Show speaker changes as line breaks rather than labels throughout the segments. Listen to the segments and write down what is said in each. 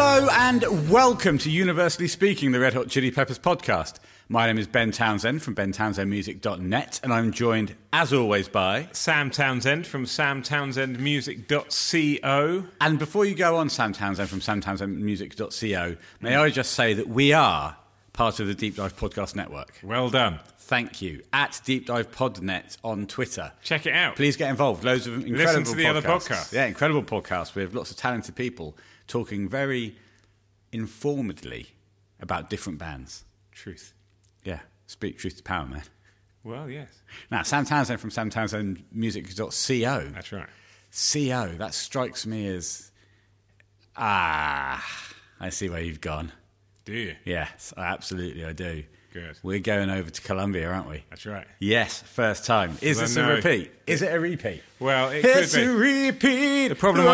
And welcome to Universally Speaking, the Red Hot Chili Peppers podcast. My name is Ben Townsend from bentownsendmusic.net, and I'm joined, as always, by.
Sam Townsend from samtownsendmusic.co.
And before you go on, Sam Townsend from samtownsendmusic.co, may I just say that we are part of the Deep Dive Podcast Network.
Well done.
Thank you. At Deep Dive Podnet on Twitter.
Check it out.
Please get involved. Loads of incredible
to the
podcasts.
other podcasts.
Yeah, incredible podcasts with lots of talented people talking very informedly about different bands.
Truth.
Yeah, speak truth to power, man.
Well, yes.
Now, Sam Townsend from samtownsendmusic.co.
That's right.
CO, that strikes me as. Ah, I see where you've gone.
Do you?
Yes, absolutely, I do.
Good.
We're going over to Colombia, aren't we?
That's right.
Yes, first time. Is
I
this a
know.
repeat? Is it a repeat?
Well, it
it's
could be.
a repeat. The
problem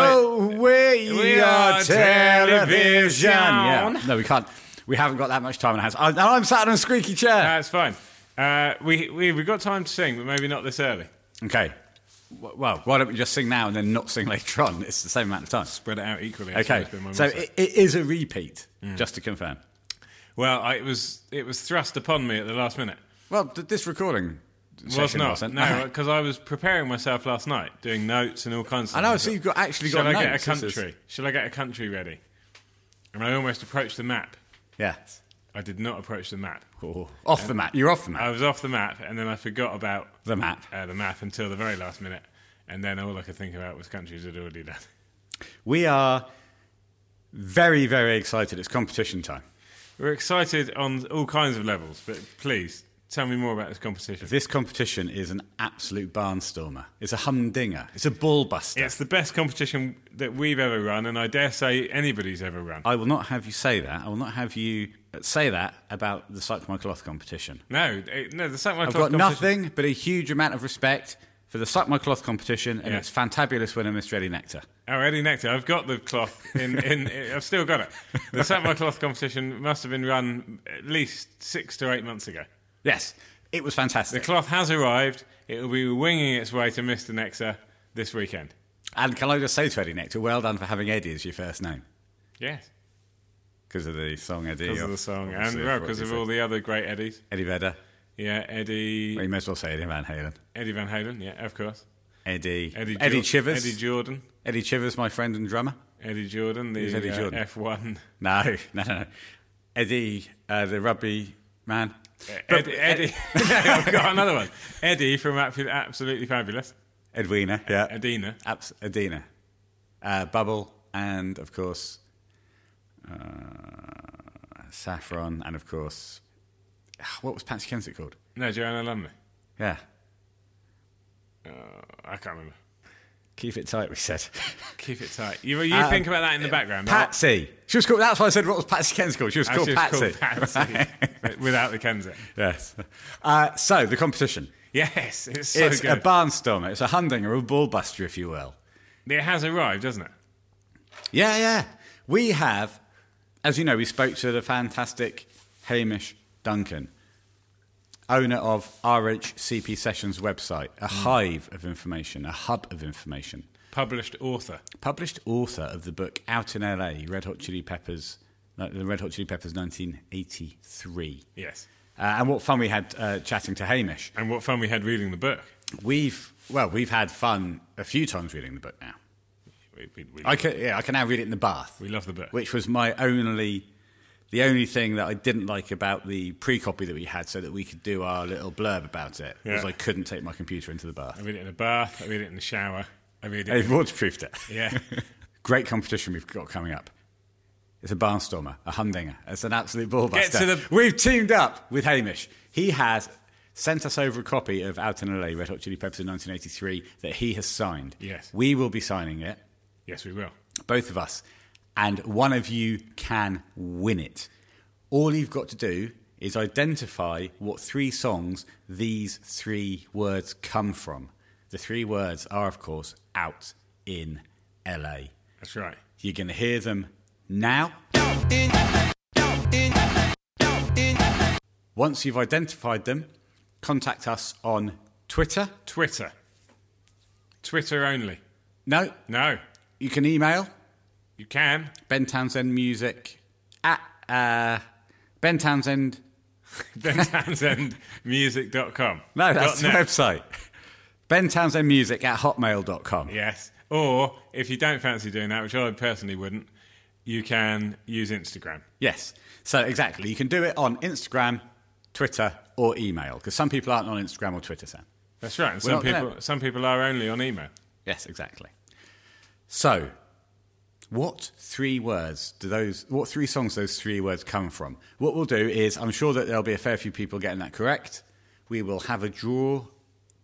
where you
We
are
are
television.
television.
Yeah. No, we can't. We haven't got that much time on our hands. I, and I'm sat on a squeaky chair.
That's fine. Uh, we, we, we've got time to sing, but maybe not this early.
okay. W- Well, why don't we just sing now and then not sing later on? It's the same amount of time.
Spread it out equally. I
Okay.
suppose, been my Mm.
So
mistake.
it, it is a repeat, just to confirm.
well, I, it was it was thrust upon me at the last minute.
Well, th- this recording
Was
session
not.
wasn't.
No, because I was preparing myself last night, doing notes and all kinds of
I
stuff.
know. So you've got actually
Shall
got
I get a
notes. This is-
country? Shall I get a country ready? And I almost approached the map.
Yeah.
I did not approach the map.
Oh, Off the map. You're off the map.
I was off the map, and then I forgot about
the map.
uh, the map until the very last minute, and then all I could think about was countries I'd already done.
We are very, very excited. It's competition time.
We're excited on all kinds of levels, but please tell me more about this competition.
This competition is an absolute barnstormer. It's a humdinger. It's a ballbuster.
It's the best competition that we've ever run, and I dare say anybody's ever run.
I will not have you say that. I will not have you say that about the Psych Michael Cloth competition.
No, eh, no, the Saint
I've got nothing but a huge amount of respect for the Psych Michael Cloth competition and
Yeah.
its fantabulous winner, Miss Ready Nectar.
Oh, Eddie Nectar, I've got the cloth. In, in, I've still got it. The Saint Michael cloth competition must have been run at least six to eight months ago.
Yes, it was
The
fantastic.
cloth has arrived. It will be winging its way to Mr. Nectar this weekend.
and can I just say to Eddie Nectar, well done for having Eddie as your first name
Yes.
because of the song Eddie.
Because of the song. And well, because of all the other great Eddies.
Eddie Vedder.
Yeah, Eddie.
Well, you may as well say Eddie Van Halen.
Eddie Van Halen. Yeah, of course.
Eddie. Eddie,
Eddie, Jor-
Chivers.
Eddie Jordan.
Eddie Chivers, my friend and drummer.
Eddie Jordan, the
Who's Eddie
uh,
Jordan?
F1.
No, no, no, no. Eddie, uh, the rugby man.
E- Ed, Eddie. I've got another one. Eddie from Ab- Absolutely Fabulous.
Edwina, yeah.
Edina.
Abs- Edina. Uh, Bubble, and of course, uh, Saffron, and of course, what was Patsy Kensit called?
No, Joanna Lumley.
Yeah.
Oh, I can't remember.
Keep it tight, we said.
Keep it tight. You, you
Uh,
think about that in the background.
Patsy. She was called, that's why I said what was Patsy Kensit called. She was
I was
called
just
Patsy.
called Patsy. Without the Kenza.
Yes. Uh, so, the competition.
Yes, it's so
it's
good.
a barnstormer. It's a hundinger, a ballbuster, if you will.
it has arrived, doesn't it?
Yeah, yeah. We have, as you know, we spoke to the fantastic Hamish Duncan, owner of RHCP Sessions website, a hive of information, a hub of information.
Published author.
Published author of the book Out in LA, Red Hot Chili Peppers, no, the Red Hot Chili Peppers 1983.
Yes.
Uh, and what fun we had uh, chatting to Hamish.
And what fun we had reading the book.
We've, well, we've had fun a few times reading the book now.
We, we, we,
I can, yeah, I can now read it in the bath.
we love the book.
which was my only the only thing that I didn't like about the pre-copy that we had so that we could do our little blurb about it was
Yeah.
I couldn't take my computer into the
I
bath.
read it in the bath. I read it in the shower. I read it.
They've waterproofed it.
yeah.
Great competition we've got coming up. It's a barnstormer, a humdinger. It's an absolute ballbuster.
Get to the-
We've teamed up with Hamish. He has sent us over a copy of Out in LA, Red Hot Chili Peppers in 1983 that he has signed.
Yes.
We will be signing it,
Yes, we will.
both of us, and one of you can win it. All you've got to do is identify what three songs these three words come from. The three words are, of course, out in LA.
That's right.
You're going to hear them now. Once you've identified them, contact us on Twitter.
Twitter. Twitter only.
No,
No.
you can email
You can.
bentownsendmusic Uh, ben Townsend.
Ben Townsend, music.com.
No, that's the
Dot net.
website. Ben Townsend Music at hotmail.com.
Yes. Or if you don't fancy doing that, which I personally wouldn't, you can use Instagram.
Yes. So exactly, you can do it on Instagram, Twitter, or email because some people aren't on Instagram or Twitter. Sam.
That's right. And
We're
some
not gonna-
people, some people are only on email.
Yes, exactly. So, what three words do those? What three songs those three words come from? What we'll do is, I'm sure that there'll be a fair few people getting that correct. We will have a draw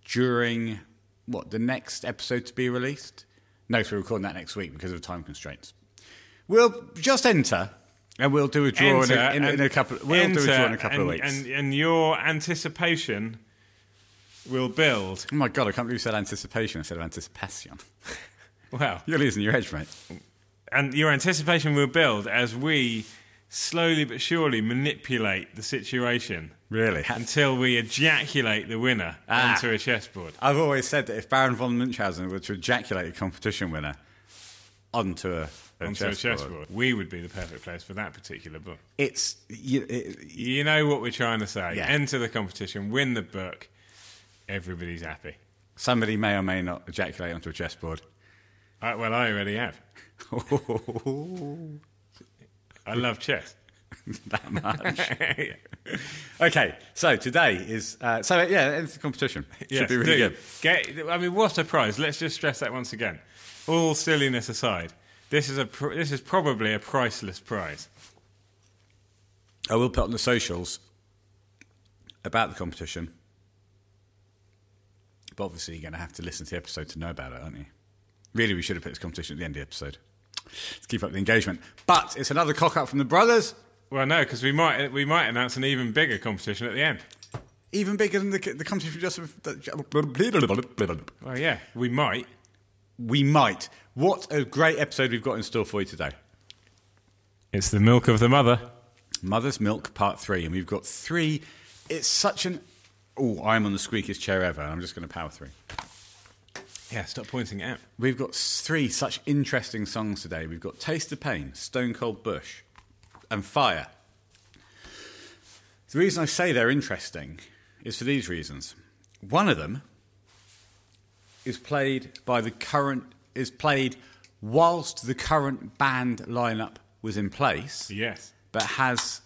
during what the next episode to be released. No, so we're recording that next week because of time constraints. We'll just enter and we'll do a draw in a, in, a, in a
and-
couple. We'll do a
enter
draw in a couple of
and-
weeks.
And, and your anticipation will build.
oh my god, I can't believe you said anticipation instead of anticipation.
Wow.
You're losing your edge, mate.
and your anticipation will build as we slowly but surely manipulate the situation
Really?
until we ejaculate the winner
Ah.
onto a chessboard.
I've always said that if Baron von Munchausen were to ejaculate a competition winner onto a, a
Onto
chessboard,
a chessboard. We would be the perfect place for that particular book.
it's you, it,
You know what we're trying to say.
Yeah.
Enter the competition, win the book, everybody's happy.
somebody may or may not ejaculate onto a chessboard.
I, well, I already have. I love chess.
that much. okay, so today is uh, so yeah, it's a competition. Should
Yes,
be really
do.
good.
Get, I mean, what a prize! Let's just stress that once again. All silliness aside, this is a pr- this is probably a priceless prize.
I will put on the socials about the competition. But obviously, you're going to have to listen to the episode to know about it, aren't you? Really, we should have put this competition at the end of the episode to keep up the engagement. But it's another cock up from the brothers,
Well, no, because we might we might announce an even bigger competition at the end.
even bigger than the, the competition just.
Well, yeah, we might.
We might. What a great episode we've got in store for you today.
It's the milk of the mother.
Mother's Milk Part 3, and we've got three. It's such an. Oh, I'm on the squeakiest chair ever, and I'm just going to power through.
Yeah, stop pointing it out.
We've got s- three such interesting songs today. We've got Taste of Pain, Stone Cold Bush, and Fire. The reason I say they're interesting is for these reasons. One of them is played by the current is played whilst the current band lineup was in place,
Yes,
but has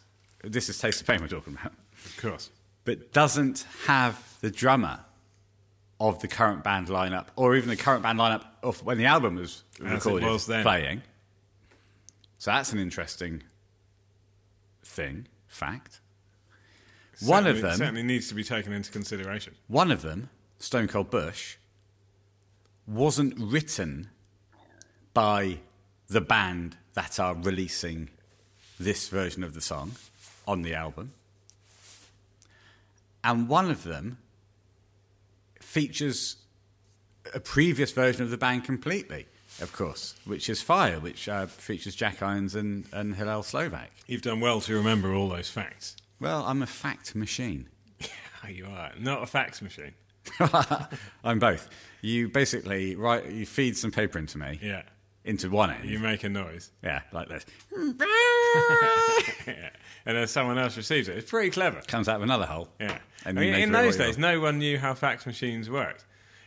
this is Taste of Pain we're talking about,
of course.
but doesn't have the drummer of the current band lineup, or even the current band lineup of when the album was
it
recorded,
was then.
playing. So that's an interesting thing, fact. one of
Certainly-
them,
certainly needs to be taken into consideration.
one of them, Stone Cold Bush, wasn't written by the band that are releasing this version of the song on the album. And one of them features a previous version of the band completely, of course, which is Fire, which uh, features Jack Irons and, and Hillel Slovak.
You've done well to remember all those facts.
Well, I'm a fact machine.
Oh, you are not a fax machine.
I'm both. You basically write, you feed some paper into me,
Yeah,
into one end.
you make a noise,
yeah, like this.
yeah. and then someone else receives it. It's pretty clever.
Comes out of another hole.
Yeah.
And
I
you
mean,
make
in
it
those
what you
days, no one knew how fax machines worked.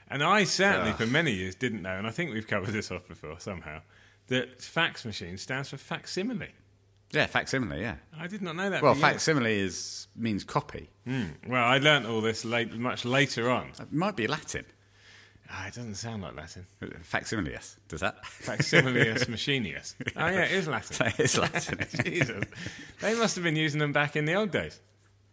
And I certainly,
Ugh.
for many years, didn't know, and I think we've covered this off before somehow, that fax machine stands for facsimile.
Yeah, facsimile. Yeah.
I did not know that.
Well,
for years.
facsimile is means copy.
Hmm. Well, I learnt all this late, much later on.
It might be Latin.
Ah, it doesn't sound like Latin.
Facsimile. Yes. Does that?
Facsimileus machinius. Oh, yeah, it is Latin.
it's Latin.
Jesus. They must have been using them back in the old days.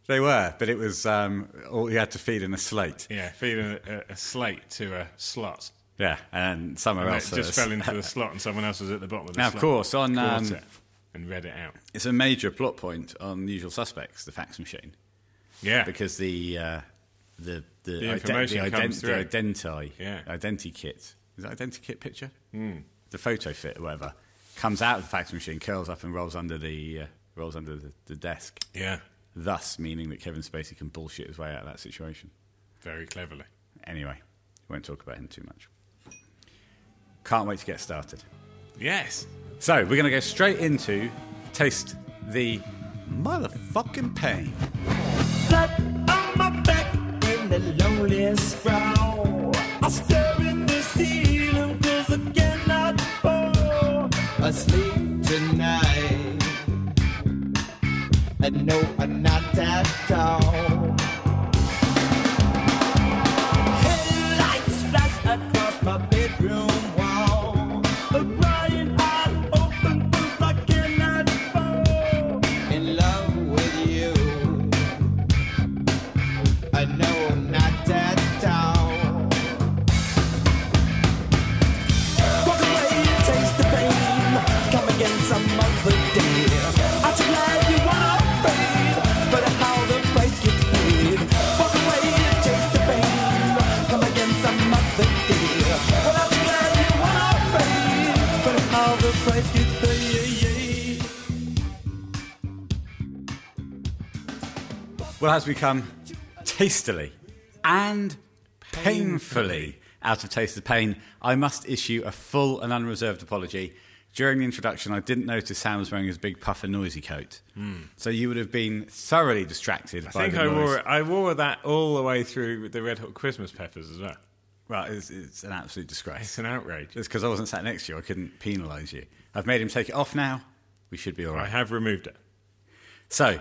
they were, but it was um, all you had to feed in a slate.
Yeah, feeding a, a slate to a slot.
Yeah, and somewhere
And
else.
it just
uh,
fell into the slot, and someone else was at the bottom of the
Now, of
slot.
course, on
Caught
um,
it and read it out.
it's a major plot point on Usual Suspects, the fax machine.
Yeah.
because the uh, the the,
The
iden-
information
the,
comes
the
through.
identi
Yeah. Hmm.
identi kit is that identi kit picture the photo fit or whatever comes out of the fax machine curls up and rolls under the uh, rolls under the, the desk
yeah.
thus meaning that Kevin Spacey can bullshit his way out of that situation
Very cleverly.
anyway won't talk about him too much can't wait to get started
Yes.
so we're going to go straight into taste the motherfucking pain.
flat on my back in the loneliest frown. I stare in the ceiling cause I cannot fall asleep tonight. And no, I'm not that tall. Headlights flash across my bedroom wall. A blind eye open, but I cannot fall in love with you. I know I'm not that down. Walk away, taste the pain. Come again some other day. I'm so glad you are afraid, but how the price gets paid. Walk away, taste the pain. Come again some other day. Well, I'm so glad you are afraid, but how the price gets paid.
Well, has become tastily and painfully out of taste of pain. I must issue a full and unreserved apology. During the introduction, I didn't notice Sam was wearing his big puff and noisy coat, so you would have been thoroughly distracted.
Hmm. I
by
think
the
I
noise.
wore I wore that all the way through the Red Hot Christmas Peppers as well.
Well, it's, it's an absolute
It's
disgrace.
an outrage.
It's because I wasn't sat next to you. I couldn't penalise you. I've made him take it off now. We should be all
I
right.
have removed it
So,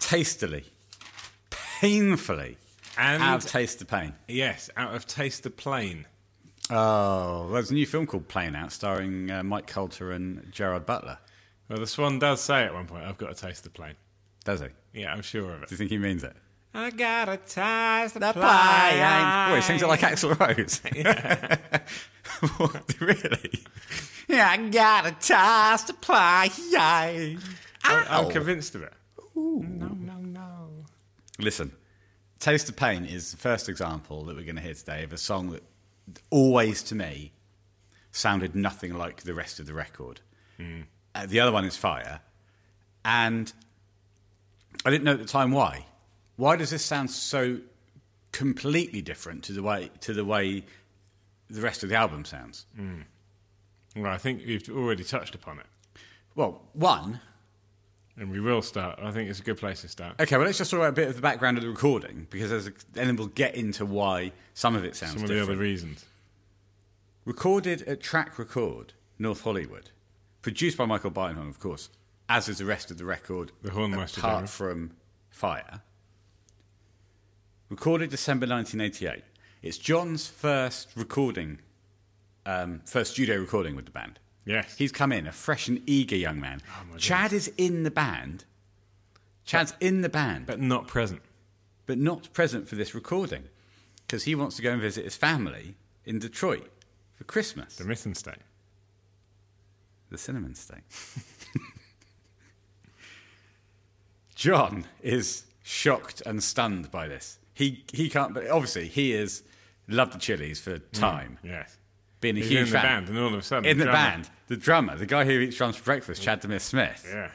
tastily, painfully,
and
out of taste of pain.
yes, out of taste the plane.
Oh, there's a new film called Playing Out, starring uh, Mike Coulter and Gerard Butler.
Well, the Swan does say at one point, "I've got to taste the plane."
Does he? Do
Yeah, I'm sure of
you
it.
think he means it?
I gotta taste the,
Oh, he sings it like Axl Rose. What, really? Yeah, I got a taste to play.
I'm
Ow.
convinced of it. No, no, no.
Listen, Taste of Pain is the first example that we're going to hear today of a song that always to me sounded nothing like the rest of the record.
Hmm.
Uh, the other one is Fire. And I didn't know at the time why. Why does this sound so completely different to the way, to the, way the rest of the album sounds?
Hmm. Well, I think you've already touched upon it,
Well, one,
and we will start. I think it's a good place to start.
okay, well, let's just talk about a bit of the background of the recording because there's a, and then we'll get into why some of it sounds
Some of the
different.
other reasons.
Recorded at Track Record, North Hollywood. Produced by Michael Bidenhorn, of course, as is the rest of the record,
The Hornmeister
apart
General.
from Fire. Recorded December 1988. It's John's first recording, um, first studio recording with the band.
Yes. Oh,
He's come in, a fresh and eager young man. Chad is in the band. Chad's in the band
but not present.
but not present for this recording because he wants to go and visit his family in Detroit for Christmas.
The missing state.
The cinnamon steak. John is shocked and stunned by this. He he can't. But obviously, he is loved the Chili's for time,
Yes.
being a
Mm. He's
huge
in the
fan.
band, and all of a sudden,
in the
drummer-
band, the drummer, the guy who eats drums for breakfast, Chad Demir Smith.
Yeah.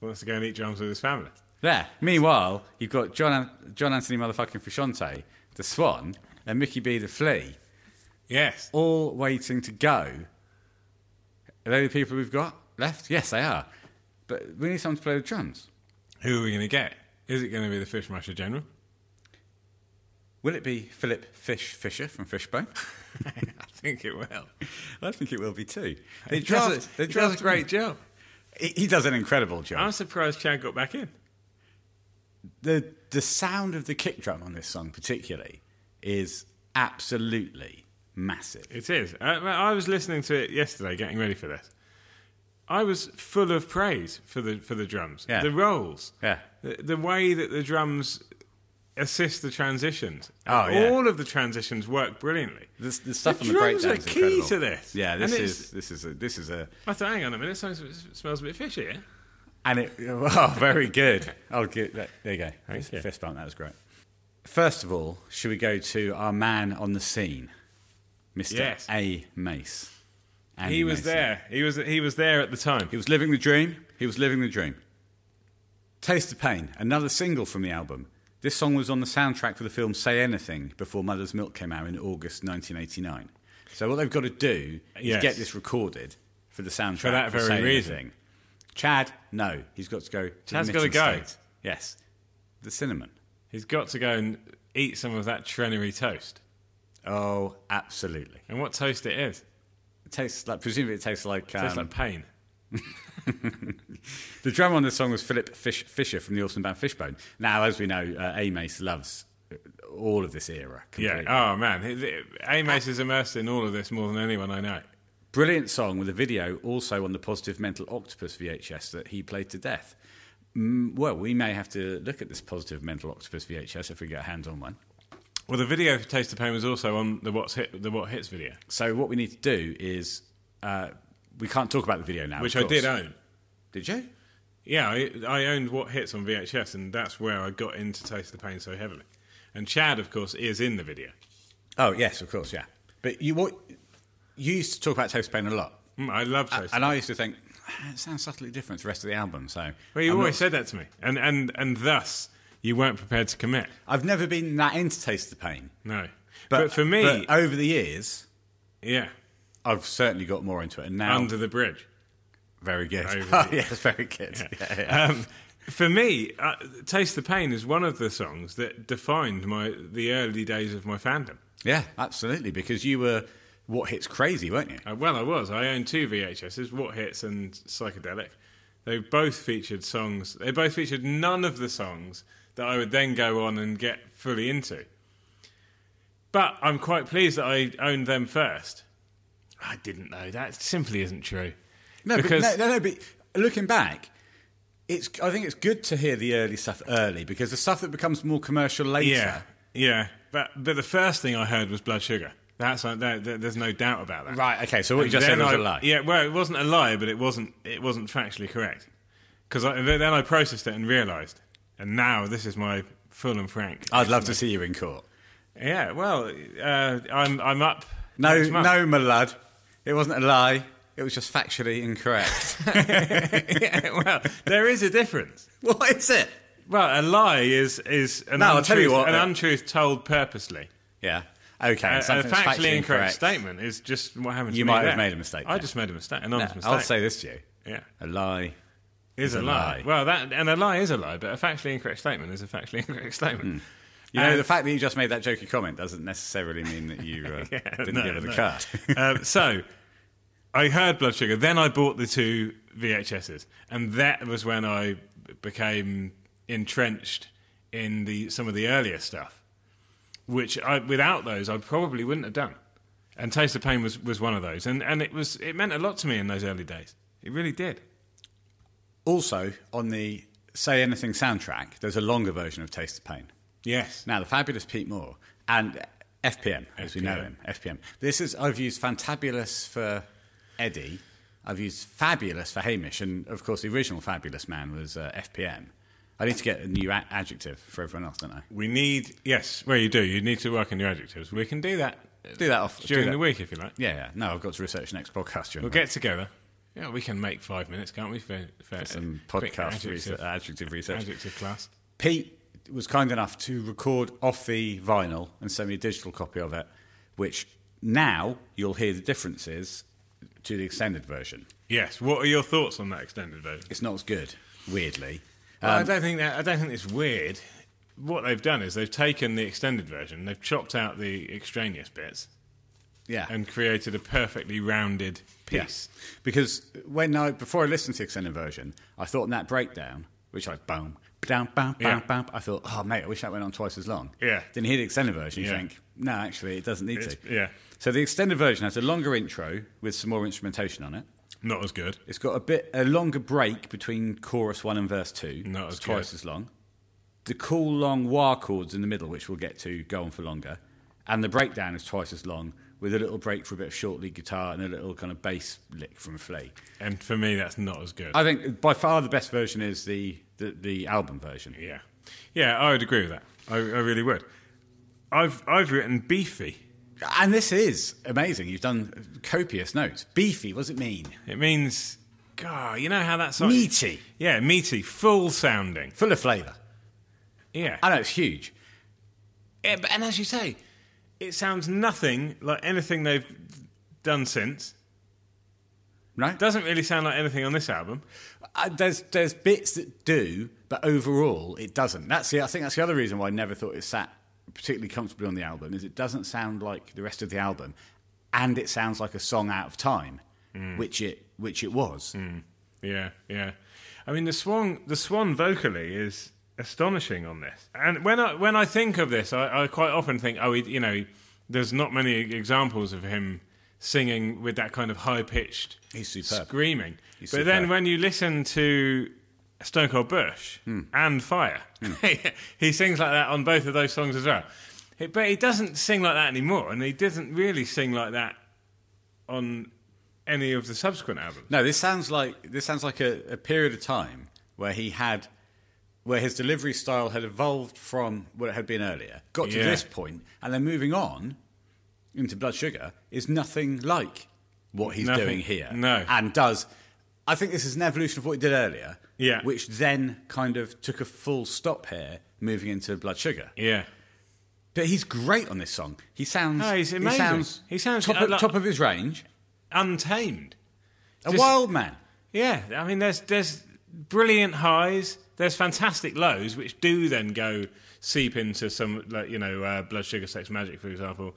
Wants to go and eat drums with his family.
There. Meanwhile, you've got John An- John Anthony motherfucking Frusciante, the Swan, and Mickey B the Flea.
Yes.
all waiting to go. Are they the people we've got left? Yes, they are. But we need someone to play the drums.
Who are we going to get? Is it going to be the Fishmaster General?
Will it be Philip Fish Fisher from Fishbone?
I think it will.
I think it will be too.
He
It draws
does
a-
a-
it
he
draws
does a
a-
great job.
He, he does an incredible
I'm
job.
surprised Chad got back in.
The the sound of the kick drum on this song, particularly, is absolutely massive.
It is. I, I was listening to it yesterday, getting ready for this. I was full of praise for the for the drums,
Yeah.
the rolls,
Yeah.
the, the way that the drums assist the transitions.
Oh, yeah.
all of the transitions work brilliantly.
The, the stuff on
The
the
drums
breakdown
are
is
key
incredible.
to this.
Yeah, this
And it's-
is this is a this is a
I thought, hang on a minute, something sm- smells a bit fishy. eh? Yeah?
And it, oh, very good. Oh, good. There there you go. Fist,
you.
fist bump. That was great. First of all, should we go to our man on the scene, Mr.
Yes.
A. Mace? Andy
He was
Mason.
there. He was he was there at the time.
He was living the dream. He was living the dream. Taste of Pain, another single from the album. This song was on the soundtrack for the film Say Anything before Mother's Milk came out in August 1989. So what they've got to do is
Yes.
get this recorded for the soundtrack
that very
Say
reason.
Anything. Chad, no. He's got to go to
Chad's
the
gotta
mitten
go.
state. Yes. The cinnamon.
He's got to go and eat some of that Trenery toast.
Oh, absolutely.
And what toast it is?
It tastes like, presumably it tastes like,
It tastes
um,
like pain.
The drummer on this song was Philip Fish, Fisher from the awesome band Fishbone. Now, as we know, uh, Amace loves uh, all of this era.
Yeah.
Completely.
Oh man, Amos is immersed in all of this more than anyone I know.
Brilliant song with a video also on the Positive Mental Octopus VHS that he played to death. Mm, well, we may have to look at this Positive Mental Octopus VHS if we get our hands on one.
Well, the video for Taste of Pain was also on the What's Hit, the What Hits video,
So, what we need to do is uh, we can't talk about the video now.
which
of
I did
course.
own.
Did you?
Yeah, I, I owned What Hits on VHS, and that's where I got into Taste of Pain so heavily. And Chad, of course, is in the video.
Oh, yes, of course, yeah. But you, what, you used to talk about Toast Pain a lot.
Mm, I love Taste. of
And I used to think, "Ah, it sounds subtly different to the rest of the album. So
Well, you
I'm not
always said that to me, and and and thus you weren't prepared to commit.
I've never been that into Taste the Pain.
No, but, for me,
but uh, over the years,
yeah,
I've certainly got more into it. And now,
under the bridge.
very good.
Over
Oh,
the-
yes, very good. Yeah, yeah.
Um, for me, uh, "Taste the Pain" is one of the songs that defined my the early days of my fandom.
Yeah, absolutely. Because you were what hits crazy, weren't you?
Uh, well, I was. I owned two VHSs, What Hits and Psychedelic. They both featured songs. They both featured none of the songs that I would then go on and get fully into. But I'm quite pleased that I owned them first. I didn't know. That simply isn't true.
No,
because
but, no, no, no. But looking back, it's. I think it's good to hear the early stuff early because the stuff that becomes more commercial later.
yeah, yeah. But but the first thing I heard was Blood Sugar. That's that, that, there's no doubt about that.
Right. Okay. So what you just
Then
said was a
I-
lie.
Yeah, well, it wasn't a lie, but it wasn't it wasn't factually correct. Because then I processed it and realised, and now this is my full and frank.
I'd love to see you in court.
yeah, well, uh, I'm I'm up.
No,
next month.
no, my lad. It wasn't a lie. It was just factually incorrect.
yeah, well, there is a difference.
what is it?
Well, a lie is is an
No,
untruth,
I'll tell you what,
an
uh,
untruth told purposely.
Yeah. Okay.
A, a
something
Uh, factually,
that's
incorrect, statement is just what happened. to
You
me
might have
there.
made a mistake
I
there.
just made a mistake, an honest mistake.
I'll say this to you.
yeah,
A lie.
is a,
a
lie.
lie.
Well, that and a lie is a lie, but a factually incorrect statement is a factually incorrect statement.
Hmm. You know,
Um,
the fact that you just made that jokey comment doesn't necessarily mean that you uh,
Yeah,
didn't
no,
give her the
no.
cut.
Uh, so I heard Blood Sugar, then I bought the two VHSs, and that was when I became entrenched in the some of the earlier stuff, which I, without those I probably wouldn't have done. And Taste of Pain was, was one of those, and and it was it meant a lot to me in those early days. It really did.
also, on the Say Anything soundtrack, there's a longer version of Taste of Pain.
Yes.
Now, the fabulous Pete Moore and FPM, as we know
FPM.
him, FPM. This is, I've used Fantabulous for Eddie. I've used Fabulous for Hamish. And of course, the original Fabulous Man was uh, FPM. I need to get a new a- adjective for everyone else, don't I?
We need yes. Well, you do. You need to work on your adjectives. We can do that
Do that off do
Uh, during
that-
the week if you like.
Yeah, yeah. No, I've got to research next podcast. During
We'll
the week.
get together. Yeah, we can make five minutes, can't we? For, for
some
quick
podcast
adjective-
research, adjective research.
adjective class.
Pete was kind enough to record off the vinyl and send me a digital copy of it, which now you'll hear the differences to the extended version.
Yes. What are your thoughts on that extended version?
It's not as good, weirdly. Um,
I don't think that. I don't think it's weird. What they've done is they've taken the extended version, they've chopped out the extraneous bits,
Yeah.
and created a perfectly rounded piece.
Yeah. Because when I before I listened to the extended version, I thought in that breakdown, which I boom, down, bam, bam,
Yeah.
bam, I thought, oh mate, I wish that went on twice as long.
Yeah.
Then you hear the extended version, you
Yeah.
think, no, actually, it doesn't need
It's-
to.
yeah.
So the extended version has a longer intro with some more instrumentation on it.
Not as good.
It's got a bit a longer break between chorus one and verse two.
Not
It's
as
twice
good.
as long. The cool long wah chords in the middle, which we'll get to, go on for longer. And the breakdown is twice as long, with a little break for a bit of short lead guitar and a little kind of bass lick from Flea.
And for me, that's not as good.
I think by far the best version is the the, the album version.
yeah, yeah, I would agree with that. I, I really would. I've I've written beefy.
And this is amazing. You've done copious notes. Beefy, what does it mean?
It means, God, you know how that song
Meaty.
Yeah, meaty, full sounding.
Full of flavour.
Yeah.
I know it's huge.
Yeah, but, and as you say, it sounds nothing like anything they've done since.
Right?
Doesn't really sound like anything on this album.
Uh, there's there's bits that do, but overall it doesn't. That's the I think that's the other reason why I never thought it sat particularly comfortably on the album is it doesn't sound like the rest of the album, and it sounds like a song out of time, which it which it was.
Yeah, yeah. I mean, the swan, the swan vocally is astonishing on this. And when I when I think of this, I, I quite often think, oh, he, you know, there's not many examples of him singing with that kind of high pitched
He's superb.
screaming.
He's
but then
superb.
when you listen to Stone Cold Bush
Hmm.
and Fire, he sings like that on both of those songs as well. He- But he doesn't sing like that anymore, and he doesn't really sing like that on any of the subsequent albums.
No, this sounds like this sounds like a, a period of time where he had where his delivery style had evolved from what it had been earlier, got to
Yeah.
this point, and then moving on into Blood Sugar is nothing like what he's
Nothing.
doing here.
No.
And does I think this is an evolution of what he did earlier.
Yeah.
Which then kind of took a full stop here, moving into Blood Sugar.
Yeah.
But he's great on this song. He sounds
No, Oh, he's amazing.
He sounds,
He sounds
top,
a
of,
lot-
top of his range.
untamed.
A
Just-
wild man.
Yeah, I mean, there's there's brilliant highs, there's fantastic lows, which do then go seep into some, like you know, uh, Blood Sugar Sex Magic, for example,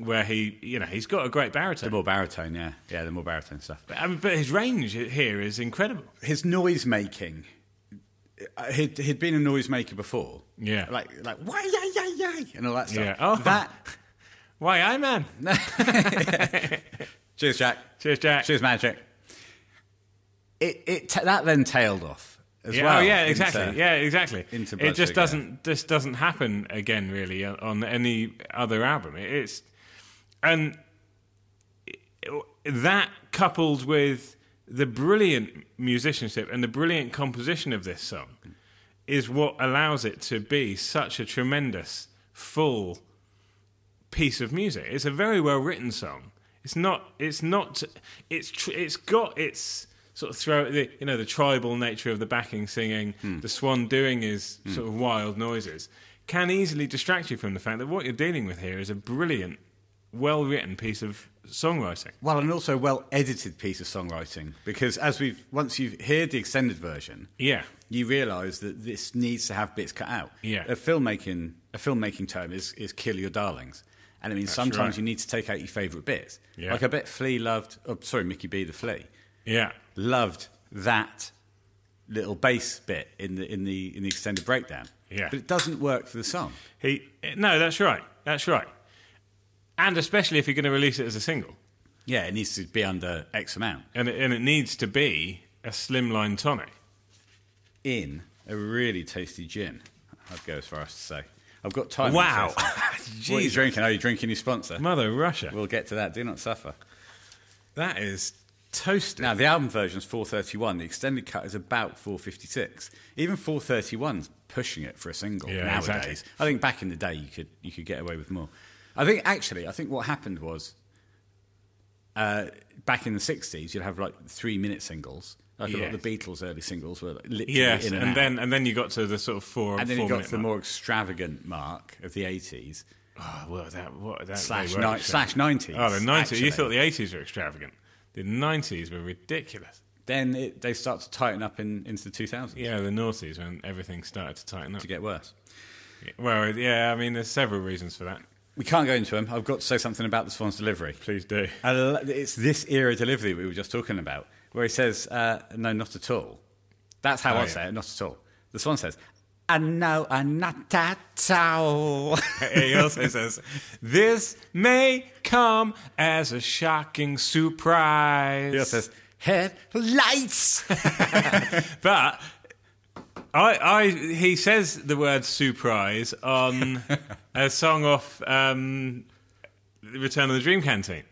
where he, you know, he's got a great
The
baritone,
more baritone, yeah. Yeah, the more baritone stuff.
but, I mean, but his range here is incredible.
his noise making. uh, He'd, he'd been a noisemaker before,
Yeah.
Like like why yay yay yay and all that stuff.
Yeah. Oh.
That
Why, I man,
cheers, Jack.
Cheers, Jack.
Cheers, Magic. It it ta that then tailed off as
Yeah,
well.
oh yeah,
into-
exactly. yeah, exactly.
into
it
Blood
just
Sugar.
doesn't just doesn't happen again really on- on any other album. It- It's and that coupled with the brilliant musicianship and the brilliant composition of this song is what allows it to be such a tremendous full piece of music. It's a very well written song. It's not. It's not. It's tr- it's got its sort of throw. The, you know the tribal nature of the backing singing, the swan doing his sort of wild noises can easily distract you from the fact that what you're dealing with here is a brilliant, well written piece of songwriting.
Well, and also well edited piece of songwriting because as we've once you hear the extended version,
Yeah.
you realise that this needs to have bits cut out.
Yeah.
A filmmaking a filmmaking term is, is kill your darlings. And it means sometimes
right.
you need to take out your favourite bits.
Yeah.
Like I bet Flea loved oh sorry, Mickey B the Flea.
Yeah.
Loved that little bass bit in the in the in the extended breakdown.
Yeah.
But it doesn't work for the song.
He. No, that's right. That's right. And especially if you're going to release it as a single.
Yeah, it needs to be under X amount
and it, and it needs to be a slimline tonic.
in a really tasty gin. I'd go as far as to say. I've got time. on
Wow.
this. what are you drinking? Are you drinking your sponsor?
Mother Russia.
We'll get to that. Do not suffer.
that is toasted.
Now the album version is 431. The extended cut is about 456. Even 431's pushing it for a single
Yeah,
nowadays.
exactly.
I think back in the day you could you could get away with more. I think actually I think what happened was uh, back in the 60s you'd have like three minute singles. Like a lot
Yes.
of the Beatles early singles were like, literally
yes,
in
and,
and, out.
then and then you got to the sort of four
and then you
four
got to the
minute
more extravagant mark of the 80s
mark. Oh, well, that what that
slash
they were
ni-
extravagant.
slash 90s.
Oh, the nineties. You
actually.
thought the eighties were extravagant. The nineties were ridiculous.
then it, they start to tighten up in, into the 2000s
Yeah, the noughties when everything started to tighten up.
to get worse.
Well, yeah, I mean, there's several reasons for that.
We can't go into them. I've got to say something about the Swans delivery.
Please do.
A l- It's this era delivery we were just talking about, where he says, uh, "No, not at all." That's how
Oh,
I
yeah.
say it. Not at all. The Swan says, "And no, and not at all."
he also says, "This may come as a shocking surprise."
he also says, "Headlights."
But I, I, he says the word surprise on a song off um, Return of the Dream Canteen.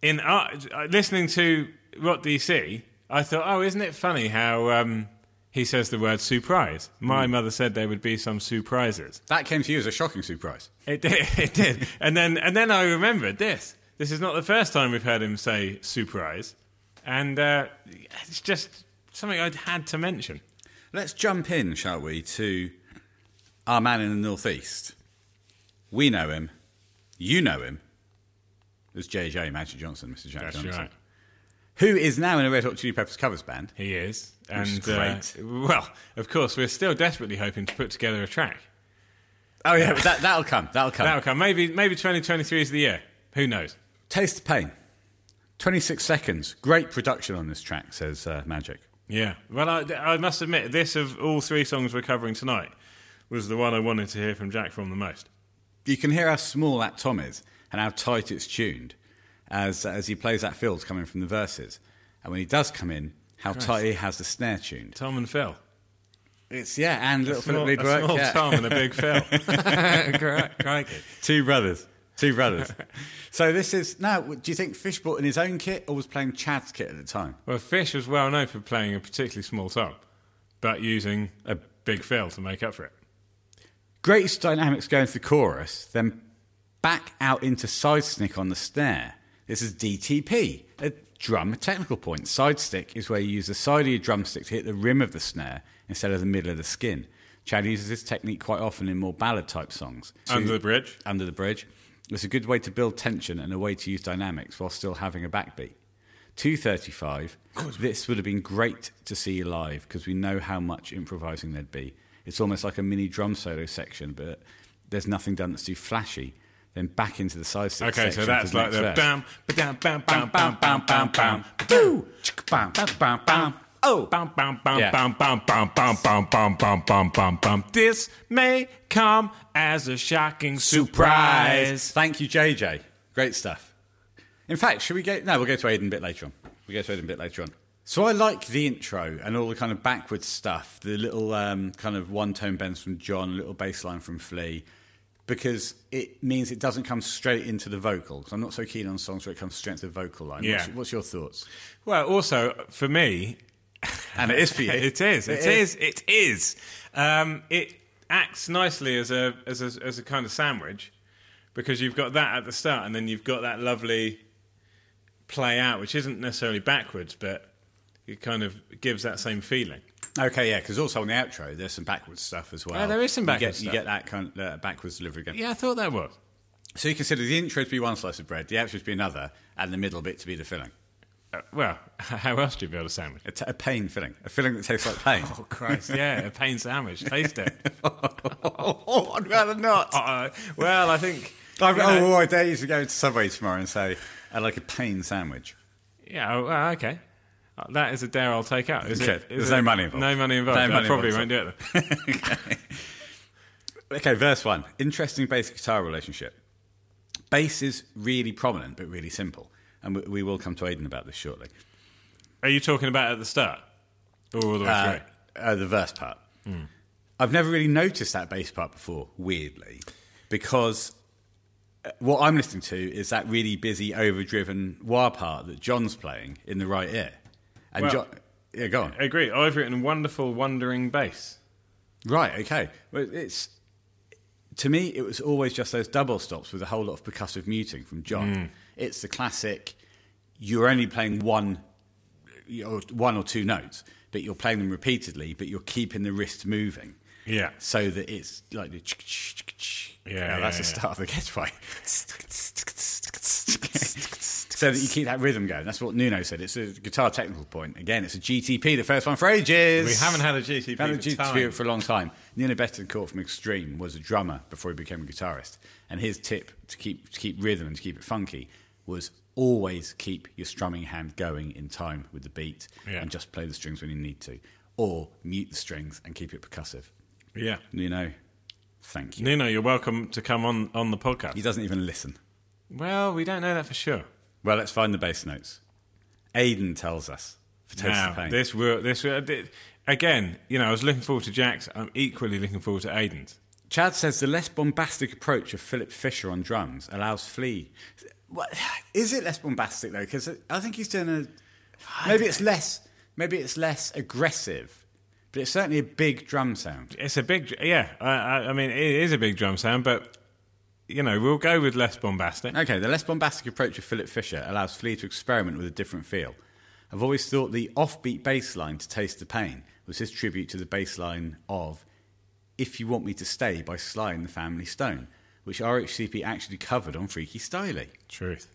In uh, listening to Rot DC, I thought, oh, isn't it funny how um, he says the word surprise? My mother said there would be some surprises.
that came to you as a shocking surprise.
It did, it did. And then, and then I remembered this. This is not the first time we've heard him say surprise, and uh, it's just something I'd had to mention.
Let's jump in, shall we, to our man in the northeast. We know him. You know him. It's JJ Magic Johnson, Mr. Jack
That's
Johnson.
right.
who is now in a Red Hot Chili Peppers covers band.
He is. And
Which is
Uh, well, of course, we're still desperately hoping to put together a track.
Oh yeah, but that, that'll come. That'll come.
That'll come. Maybe maybe 2023 is the year. Who knows?
Taste the pain. Twenty-six seconds. Great production on this track, says uh, Magic.
Yeah. Well, I, I must admit, this of all three songs we're covering tonight was the one I wanted to hear from Jack from the most.
You can hear how small that tom is and how tight it's tuned as, as he plays that fills coming from the verses. And when he does come in, how tight he has the snare tuned.
Tom and Phil.
It's, yeah, and little
Small,
Philip
a
Leadwork.
small
yeah.
Tom and a big Phil. Crikey.
Two brothers. Two brothers. so this is, now, do you think Fish bought in his own kit or was playing Chad's kit at the time?
Well, Fish was well known for playing a particularly small song, but using a big fill to make up for it.
Greatest dynamics going to the chorus, then back out into side snick on the snare. This is DTP, a drum technical point. Side stick is where you use the side of your drumstick to hit the rim of the snare instead of the middle of the skin. Chad uses this technique quite often in more ballad type songs. So-
Under the bridge.
Under the bridge. It's a good way to build tension and a way to use dynamics while still having a backbeat. 235. This would have been great to see live because we know how much improvising there'd be. It's almost like a mini drum solo section, but there's nothing done that's too flashy. Then back into the side stick
Okay,
section
so that's
for
like
the
the
next verse.
bam, bam, bam, bam, bam, bam, bam, bam,
Boo! Chick, bam, bam, bam, bam. Oh!
Bum, bum, bum,
Yeah.
bum, bum, bum, bum, bum, bum, bum, bum, bum, bum. This may come as a shocking surprise.
Thank you, JJ. Great stuff. In fact, should we go? No, we'll go to Aiden a bit later on. We'll go to Aiden a bit later on. So I like the intro and all the kind of backwards stuff, the little um, kind of one-tone bends from John, a little bass line from Flea, because it means it doesn't come straight into the vocal. 'Cause I'm not so keen on songs where it comes straight to the vocal line.
Yeah.
What's, what's your thoughts?
Well, also for me,
And it is for you.
it is, it is, it is. Um, it acts nicely as a as a as a kind of sandwich because you've got that at the start, and then you've got that lovely play out, which isn't necessarily backwards, but it kind of gives that same feeling.
Okay, yeah, because also on the outro, there's some backwards stuff as well.
Oh, there is some
You
backwards
get- You
stuff.
get, that kind of uh, backwards delivery again.
Yeah, I thought that was.
So you consider the intro to be one slice of bread, the outro to be another, and the middle bit to be the filling.
Uh, well, how else do you build a sandwich?
A, t- a pain filling. A filling that tastes like pain.
Oh Christ! Yeah, a pain sandwich. Taste it.
oh, I'd rather not.
Uh, well, I think.
I,
you
oh,
know-
I dare you to go to Subway tomorrow and say, I'd like a pain sandwich.
Yeah. oh, Well, okay. Uh, That is a dare I'll take out. Is
Okay,
it? is
there's
it-
no money involved.
No money involved.
No
I
money
probably
involved,
won't do it. Then.
Okay, verse one. Interesting bass guitar relationship. Bass is really prominent, but really simple. And we, we will come to Aiden about this shortly.
Are you talking about at the start or all the way
Uh,
through?
uh, the verse part. I've never really noticed that bass part before, weirdly, because uh, what I'm listening to is that really busy, overdriven wah part that John's playing in the right ear. And
Well- uh,
John, yeah, go on.
I agree. I've written wonderful, wandering bass.
Right, okay. Well, it's to me, it was always just those double stops with a whole lot of percussive muting from John. It's the classic. You're only playing one, you know, one or two notes, but you're playing them repeatedly, but you're keeping the wrist moving.
Yeah.
So that it's like the. chick, chick, chick, chick.
Yeah,
You know,
yeah,
that's the
yeah.
start of the getaway. so that you keep that rhythm going. That's what Nuno said. It's a guitar technical point. Again, it's a GTP, the first one for ages.
We haven't had a GTP
We haven't
for
had a GTP
time.
for a long time. Nuno Betancourt from Extreme was a drummer before he became a guitarist, and his tip to keep to keep rhythm and to keep it funky was always keep your strumming hand going in time with the beat,
Yeah.
and just play the strings when you need to, or mute the strings and keep it percussive.
Yeah.
Nuno, thank you.
Nuno, you're welcome to come on on the podcast.
He doesn't even listen.
Well, we don't know that for sure.
Well, let's find the bass notes. Aiden tells us for Taste
now,
of Pain.
this will this will, again. You know, I was looking forward to Jack's. I'm equally looking forward to Aiden's.
Chad says the less bombastic approach of Philip Fisher on drums allows Flea. What, is it less bombastic though? Because I think he's doing a. Maybe it's less. Maybe it's less aggressive, but it's certainly a big drum sound.
It's a big, yeah. I, I, I mean, it is a big drum sound, but you know, we'll go with less bombastic.
Okay, the less bombastic approach of Philip Fisher allows Flea to experiment with a different feel. I've always thought the offbeat bass line to Taste the Pain was his tribute to the bass line of If You Want Me to Stay by Sly and the Family Stone, which RHCP actually covered on Freaky Styly.
Truth.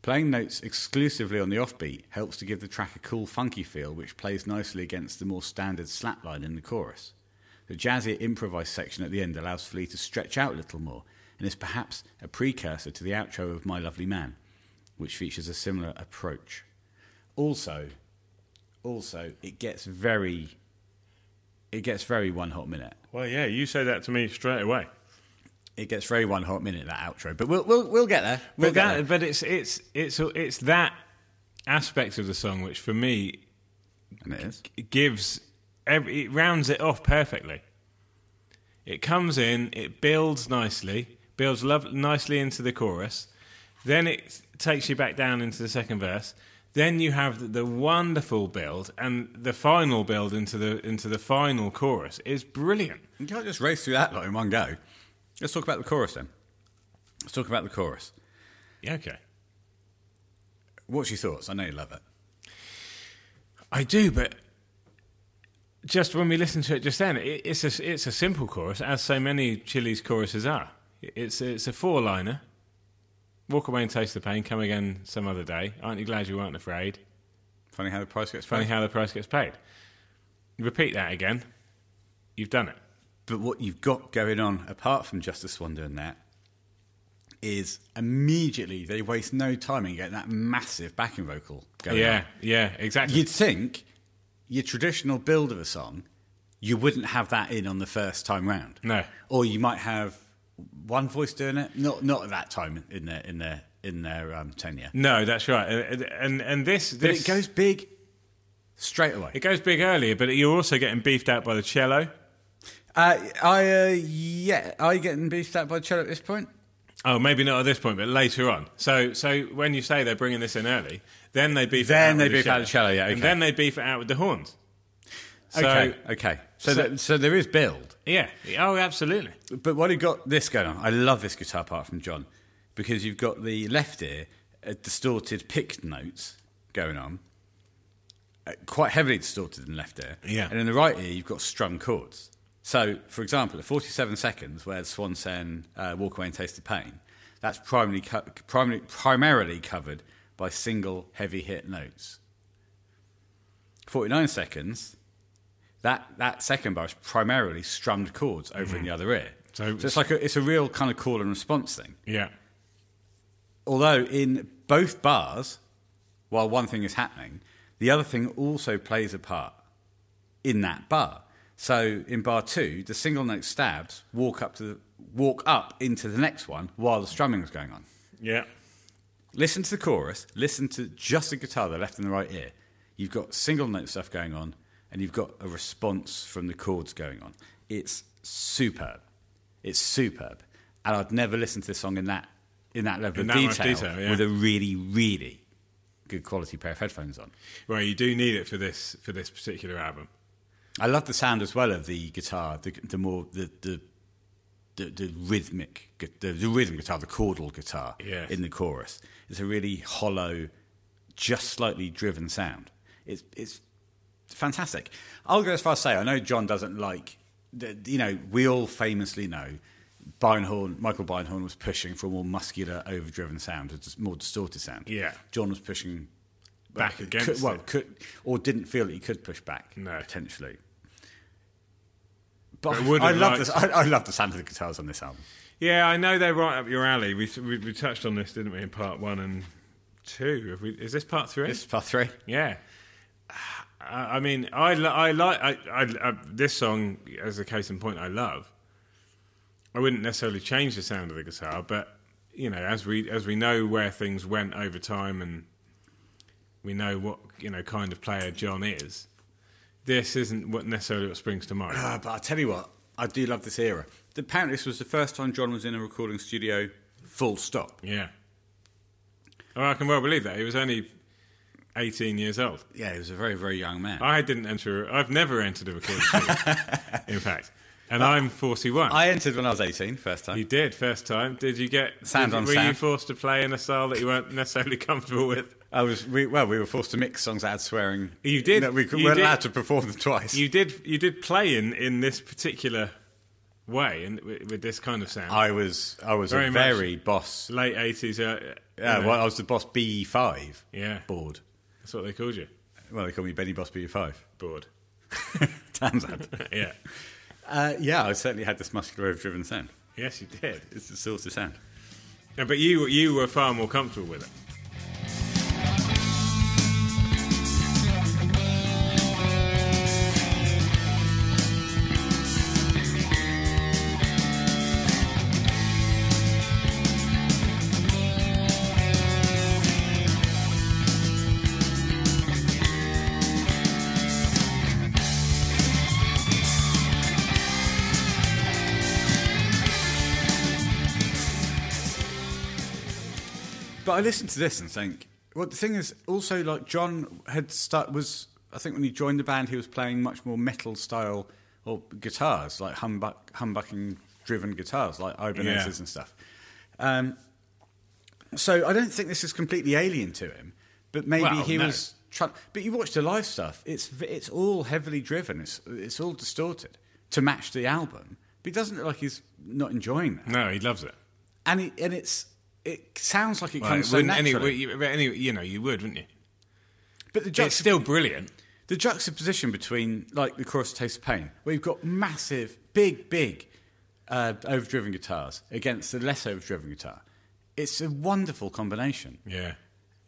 Playing notes exclusively on the offbeat helps to give the track a cool, funky feel, which plays nicely against the more standard slap line in the chorus. The jazzy improvised section at the end allows Flea to stretch out a little more, and is perhaps a precursor to the outro of My Lovely Man, which features a similar approach. Also, also, it gets very, it gets very one hot minute.
Well, yeah, you say that to me straight away.
It gets very one hot minute that outro, but we'll we'll, we'll get there. We'll
But
get
that,
there.
but it's it's it's it's that aspect of the song which for me
and it is.
it gives every, it rounds it off perfectly. It comes in, it builds nicely, builds lov nicely into the chorus, then it takes you back down into the second verse. Then you have the, the wonderful build, and the final build into the into the final chorus is brilliant.
You can't just race through that lot in one go. Let's talk about the chorus then. Let's talk about the chorus.
Yeah, okay.
What's your thoughts? I know you love it.
I do, but just when we listen to it just then, it, it's a it's a simple chorus, as so many Chili's choruses are. It's it's a four liner. Walk away and taste the pain. Come again some other day. Aren't you glad you weren't afraid?
Funny how the price gets
Funny
funny.
how the price gets paid. Repeat that again. You've done it.
But what you've got going on, apart from Justice Swan doing that, is immediately they waste no time in getting that massive backing vocal going on.
yeah, yeah, exactly.
You'd think your traditional build of a song, you wouldn't have that in on the first time round.
No.
Or you might have one voice doing it. Not not at that time in their in their in their um, tenure.
no, that's right. And and, and this, this
But it goes big straight away.
it goes big earlier, but you're also getting beefed out by the cello.
Uh, I uh, yeah, are you getting beefed out by cello at this point?
Oh, maybe not at this point, but later on. So, so when you say they're bringing this in early, then they beef.
Then
it out
they
with
beef out the cello, yeah, okay.
and then they beef it out with the horns. So,
okay, okay. So
so-
that, so there is build.
yeah. Oh, absolutely.
But what have got this going on? I love this guitar part from John because you've got the left ear uh, distorted picked notes going on, uh, quite heavily distorted in the left ear.
Yeah.
And in the right ear, you've got strung chords. So, for example, at 47 seconds, where Swan sang uh, Walk Away and Taste the Pain, that's primarily, co- primarily, primarily covered by single heavy hit notes. 49 seconds, that that second bar is primarily strummed chords over in the other ear.
So-
So, it's like a, it's a real kind of call and response thing.
Yeah.
Although in both bars, while one thing is happening, the other thing also plays a part in that bar. So in bar two, the single note stabs walk up to the, walk up into the next one while the strumming is going on.
Yeah.
Listen to the chorus, listen to just the guitar, the left and the right ear. You've got single note stuff going on, and you've got a response from the chords going on. It's superb. It's superb. And I'd never listened to this song in that in that level
In
of
that much
detail,
detail, yeah.
with a really, really good quality pair of headphones on.
Well, you do need it for this for this particular album.
I love the sound as well of the guitar, the, the more the the, the the rhythmic, gu- the, the rhythm guitar, the chordal guitar
Yes.
in the chorus. It's a really hollow, just slightly driven sound. It's it's fantastic. I'll go as far as say I know John doesn't like. the- You know, we all famously know. Beinhorn, Michael Beinhorn was pushing for a more muscular, overdriven sound, a dis- more distorted sound.
Yeah.
John was pushing
Back against
could, well,
it.
could or didn't feel that he could push back.
No.
potentially. But
I
I,
would have
love
liked-
this. I, I love the sound of the guitars on this album.
Yeah, I know they're right up your alley. We we, we touched on this, didn't we, in part one and two? Have we, is this part three?
This is part three.
Yeah. I I mean, I, li- I like I, I, I, this song as a case in point. I love. I wouldn't necessarily change the sound of the guitar, but you know, as we as we know where things went over time, and we know what you know kind of player John is. This isn't what necessarily what springs to mind.
Ah, but I tell you what, I do love this era. Apparently, this was the first time John was in a recording studio. Full stop.
Yeah. Oh, I can well believe that he was only eighteen years old.
Yeah, he was a very, very young man.
I didn't enter. I've never entered a recording studio, in fact, and I'm forty-one.
I entered when I was 18, first time.
You did first time. Did you get
Sound
did-
on
Were you
sound.
forced to play in a style that you weren't necessarily comfortable with?
I was we, well. We were forced to mix songs that had swearing.
You did.
No, we
You
weren't
did.
allowed to perform them twice.
You did. You did play in in this particular way and with, with this kind of sound.
I was I was
Very
a
much.
very boss.
Late 80s. Uh,
Yeah,
you know,
well, I was the boss B five.
Yeah.
board.
that's what they called you.
Well, they call me Benny Boss B five.
Bored.
Tanzad.
Yeah.
uh, yeah, I certainly had this muscular overdriven sound.
yes, you did.
It's the sort of sound.
Yeah, but you you were far more comfortable with it.
But I listened to this and think, well, the thing is, also like John had start was I think when he joined the band, he was playing much more metal style or guitars, like humbuck, humbucking driven guitars, like Ibanez's
Yeah.
and stuff. Um, so I don't think this is completely alien to him, but maybe
Well,
he
no.
was. Trying, but you watch the live stuff; it's v- it's all heavily driven. It's it's all distorted to match the album. But he doesn't look like he's not enjoying that,
No, he loves it.
and it, and it's it sounds like it
Well,
comes so
wouldn't
naturally.
any, well, you, but any, you know, you would, wouldn't you?
But the,
It's
juxta-
still brilliant.
the juxtaposition between, like, the chorus of Taste of Pain, where you've got massive, big, big uh, overdriven guitars against the less overdriven guitar, it's a wonderful combination.
Yeah.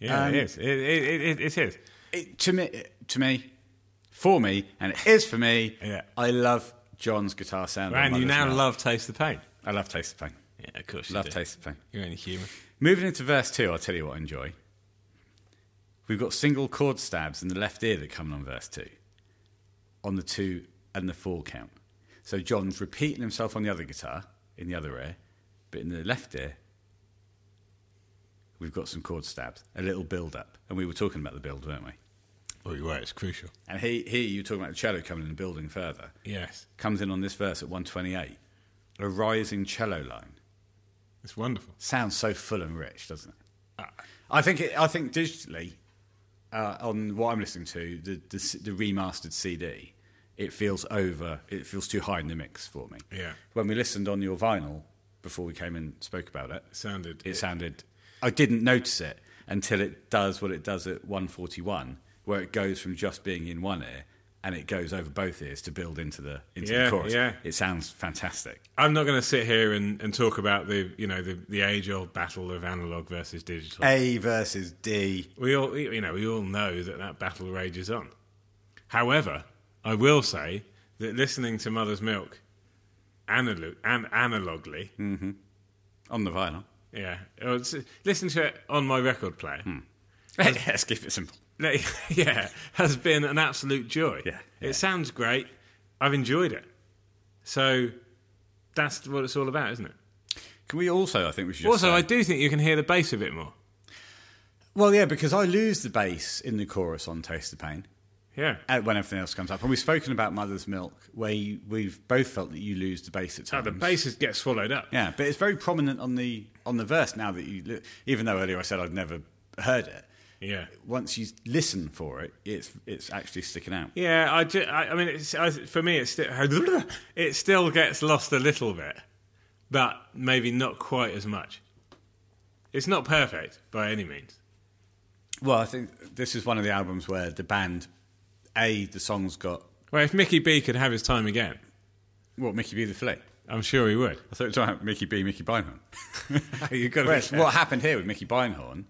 Yeah,
Um,
it is. It, it, it, it is.
It, to me, to me, for me, and it is for me.
Yeah.
I love John's guitar sound. on
And
my
you now
listening app.
love Taste the Pain.
I love Taste of Pain.
Yeah, of course
Love Taste of Pain.
You're only human.
Moving into verse two, I'll tell you what I enjoy. We've got single chord stabs in the left ear that come on verse two, on the two and the four count. So John's repeating himself on the other guitar, in the other ear, but in the left ear, we've got some chord stabs, a little build up. And we were talking about the build, weren't we?
Oh, you're right. It's crucial.
And he, here you're talking about the cello coming in and building further.
Yes.
Comes in on this verse at 128, a rising cello line.
It's wonderful.
sounds so full and rich, doesn't it?
Ah.
I think it, I think digitally, uh, on what I'm listening to, the, the s- the remastered CD, it feels over. It feels too high in the mix for me.
Yeah.
When we listened on your vinyl before we came and spoke about it,
It sounded.
it sounded. I didn't notice it until it does what it does at 141, where it goes from just being in one ear and it goes over both ears to build into the into
Yeah,
the chorus.
yeah.
It sounds fantastic.
I'm not going to sit here and, and talk about the you know the, the age old battle of analog versus digital.
A versus D.
we all you know we all know that that battle rages on. However, I will say that listening to Mother's Milk, analog and analogly,
Hmm. on the vinyl.
yeah, or s- listen to it on my record player.
Hmm. Let's keep it simple.
Like, yeah, has been an absolute joy.
Yeah, yeah.
It sounds great. I've enjoyed it. So that's what it's all about, isn't it?
Can we also? I think we should. Just
also,
say-
I do think you can hear the bass a bit more.
well, yeah, because I lose the bass in the chorus on "Taste of Pain"
Yeah.
uh, when everything else comes up, and we've spoken about "Mother's Milk," where you, we've both felt that you lose the bass at
Oh,
times.
the basses get swallowed up.
Yeah, but it's very prominent on the on the verse now that you. li- Even though earlier I said I'd never heard it,
Yeah.
once you listen for it, it's it's actually sticking out.
Yeah, I, ju- I, I mean, it's, I, for me, it's still, it still gets lost a little bit, but maybe not quite as much. It's not perfect by any means.
Well, I think this is one of the albums where the band, a the song's got
Well, if Mickey B could have his time again,
what Mickey B the Flick.
I'm sure he would.
I thought you were talking about Mickey B, Mickey Beinhorn.
you got
Whereas what happened here with Mickey Beinhorn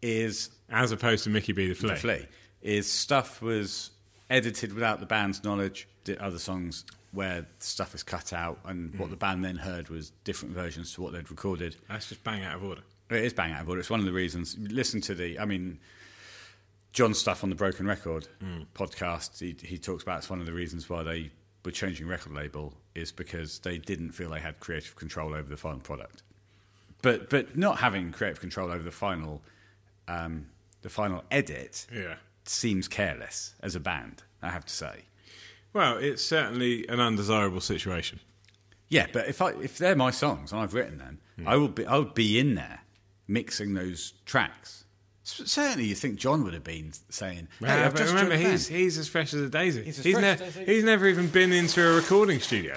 is
as opposed to Mickey B the Flea.
the Flea is stuff was edited without the band's knowledge. Did other songs where stuff is cut out, and what the band then heard was different versions to what they'd recorded.
That's just bang out of order.
It is bang out of order. It's one of the reasons. Listen to the, I mean, John's stuff on the Broken Record podcast. He, he talks about it's one of the reasons why they were changing record label is because they didn't feel they had creative control over the final product. But but not having creative control over the final um, the final edit
Yeah.
seems careless as a band. I have to say.
Well, it's certainly an undesirable situation.
Yeah, but if I if they're
Hmm.
my songs and I've written them, I will be I will be in there mixing those tracks. S- Certainly, you think John would have been saying, hey,
Yeah,
I've
Uh, but
just
remember,
joined the
he's,
band.
he's as fresh as a daisy.
He's
He's,
as fresh
ne-
as a daisy.
he's never even been into a recording studio.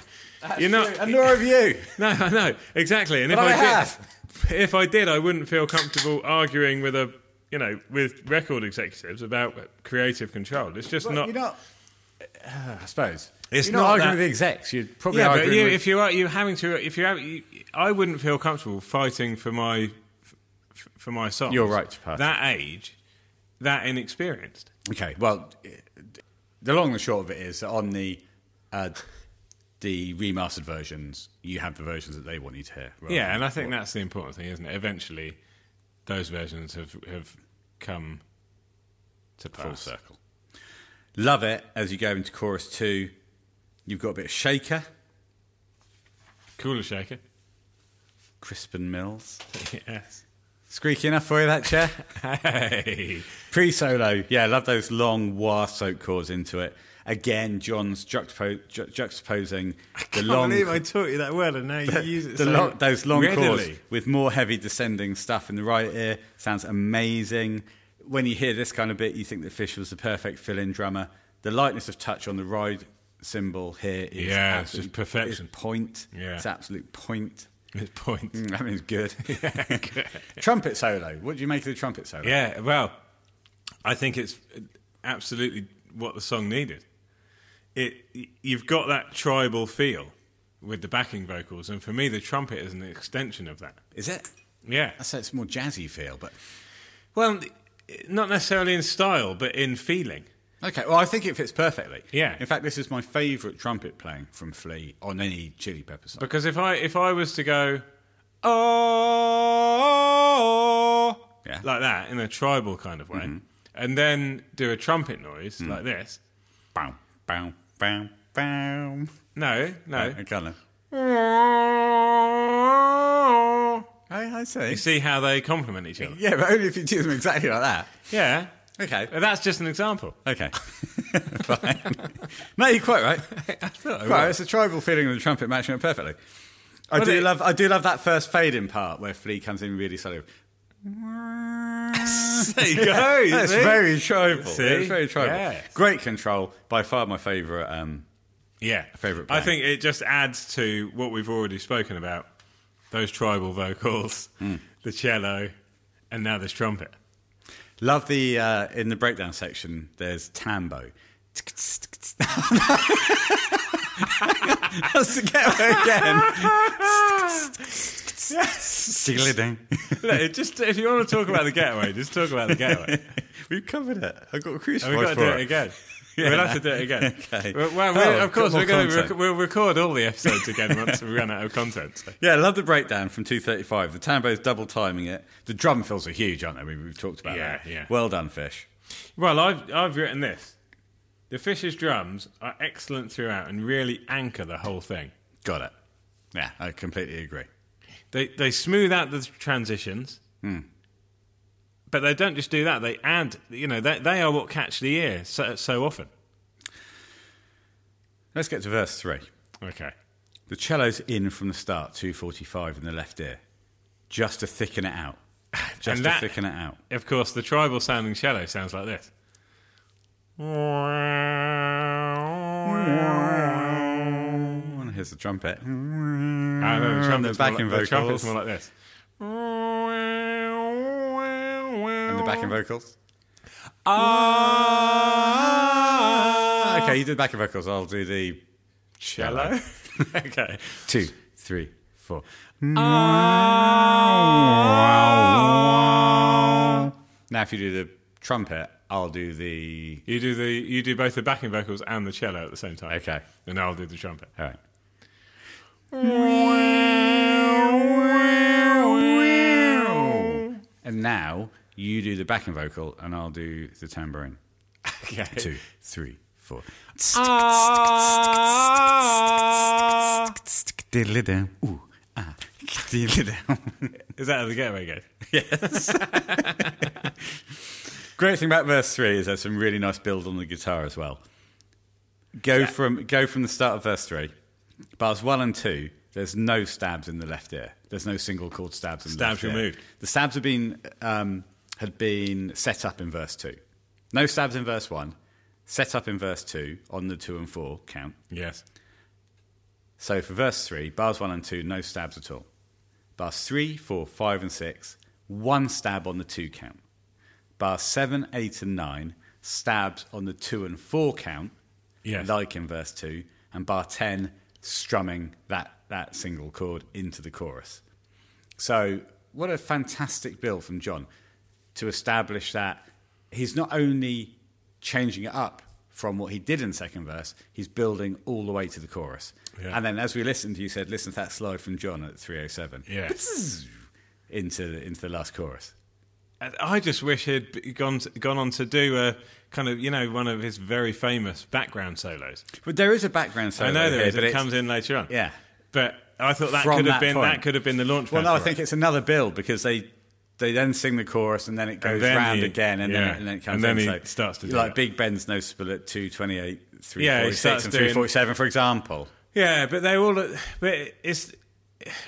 You're not.
and nor have you.
No, I know exactly. And
But
if
I
I,
have.
did, if I did, I wouldn't feel comfortable arguing with a you know with record executives about creative control. It's just
Well,
not.
you're not. Uh, I suppose
It's
you're not,
not
arguing
that-
with the execs. You're probably
yeah, but
arguing
you,
with
if you are you having to if you, have, you I wouldn't feel comfortable fighting for my f- for my songs.
Your right to pass.
That age, that inexperienced.
Okay, well, the long and short of it is that on the uh, the remastered versions, you have the versions that they want you to hear. rather
Yeah,
than
and I think
what-
that's the important thing, isn't it? Eventually, those versions have have come to
full
pass.
circle. Love it as you go into chorus two. You've got a bit of shaker,
Cooler shaker.
Crispin Mills.
yes.
Squeaky enough for you that chair.
Hey.
Pre-solo, yeah, love those long wah soak chords into it. Again, John's juxtapo- ju- juxtaposing the long
taught you that word and now you use
the lo- those long chords with more heavy descending stuff in the right ear sounds amazing. When you hear this kind of bit, you think that Fish was the perfect fill-in drummer. The lightness of touch on the ride cymbal here is
Yeah, it's
absolute-
just perfection.
It's point.
Yeah.
It's absolute point.
His point.
Mm, That means good. trumpet solo. What do you make of the trumpet solo?
Yeah, well, I think it's absolutely what the song needed. It y- you've got that tribal feel with the backing vocals, and for me, the trumpet is an extension of that.
Is it?
Yeah,
I say it's more jazzy feel, but
well, not necessarily in style, but in feeling.
okay. Well, I think it fits perfectly.
Yeah.
In fact, this is my favourite trumpet playing from Flea on any Chili Peppers song.
Because if I if I was to go, oh,
Yeah.
like that in a tribal kind of way, and then do a trumpet noise like this.
Bow, bow, bow, bow. Uh,
No, no.
I kind of. I, I see.
You see how they complement each other.
Yeah, but only if you do them exactly like that.
Yeah.
Okay.
That's just an example.
Okay. Fine. no, you're quite right.
thought I
Quite right.
was.
It's a tribal feeling of the trumpet matching up perfectly. I do
it-
love. I do love that first fade in part where Flea comes in really slow.
There you go. you
That's
see?
very tribal.
See?
It's very tribal.
Yes.
Great control. By far my favourite. Um,
yeah.
Favourite
I
band.
think it just adds to what we've already spoken about those tribal vocals, the cello, and now this trumpet.
love the uh, in the breakdown section. There's tambo. That's the getaway again. Diggly ding.
Look, it just if you want to talk about the getaway, just talk about the getaway.
We've covered it. I got a crucified
And we've got to do
for
it again.
Yeah.
We'll have to do it again.
Okay.
Well, well,
Oh,
we're-
I've
of
got
course,
more
we're going to
content.
rec- we'll record all the episodes again once we run out of content. so.
Yeah, I love the breakdown from 235. The tambo's double timing it. The drum fills are huge, aren't they? We, we've talked about
Yeah,
that.
yeah.
Well done, Fish.
Well, I've I've written this. The Fisher's drums are excellent throughout and really anchor the whole thing.
Got it. Yeah, I completely agree.
They they smooth out the transitions. But they don't just do that. They add, you know, they, they are what catch the ear so, so often.
Let's get to verse 3.
Okay.
The cello's in from the start, 245 in the left ear, just to thicken it out. Just
And that-
to thicken it out.
Of course, the tribal sounding cello sounds like this.
And here's the trumpet.
Ah, no, the trumpet's
the
more
Mm, backing
like, the trumpet's
vocals.
more like this.
And the backing vocals. Ah! Okay, you do the backing vocals. I'll do the cello.
Hello? okay.
Two, three, four.
Ah!
Now, if you do the trumpet, I'll do the.
You do the you do both the backing vocals and the cello at the same time.
Okay.
And I'll do the trumpet.
All right. And now you do the backing vocal, and I'll do the tambourine.
Okay.
Two, three, four. Diddly down. Ooh, ah. Diddly down.
Is that how the getaway goes?
Great thing about verse three is there's some really nice build on the guitar as well. Go from go from the start of verse three, bars one and two. There's no stabs in the left ear. There's no single chord stabs in the left
Stabs
ear.
removed.
The stabs have been um, had been set up in verse 2. No stabs in verse 1, set up in verse 2 on the 2 and 4 count.
Yes.
So for verse 3, bars 1 and 2, no stabs at all. Bars 3, 4, 5, and 6, one stab on the 2 count. Bars 7, 8, and 9, stabs on the 2 and 4 count,
Yes.
like in verse 2. And bar 10, strumming that, that single chord into the chorus. So, what a fantastic bill from John to establish that he's not only changing it up from what he did in second verse, he's building all the way to the chorus.
Yeah.
And then, as we listened, you said, "Listen to that slide from John at 307."
Yeah.
into the, into the last chorus.
And I just wish he'd b- gone to, gone on to do a kind of you know one of his very famous background solos.
But there is a background solo.
I know there
here,
is.
but
It
it's-
comes in later on.
Yeah.
But I thought that
From
could
that
have been
point.
that could have been the launch.
Well,
pad
no, I
for it.
think it's another build because they they then sing the chorus and then it goes
then
round
he-
again and,
yeah.
then, and then it
And
comes
then
in.
he
so
starts to do
like
it.
Big Ben's no spill at 228,
Yeah, he
346,
starts
and
doing-
347, for example.
Yeah, but they all. But it's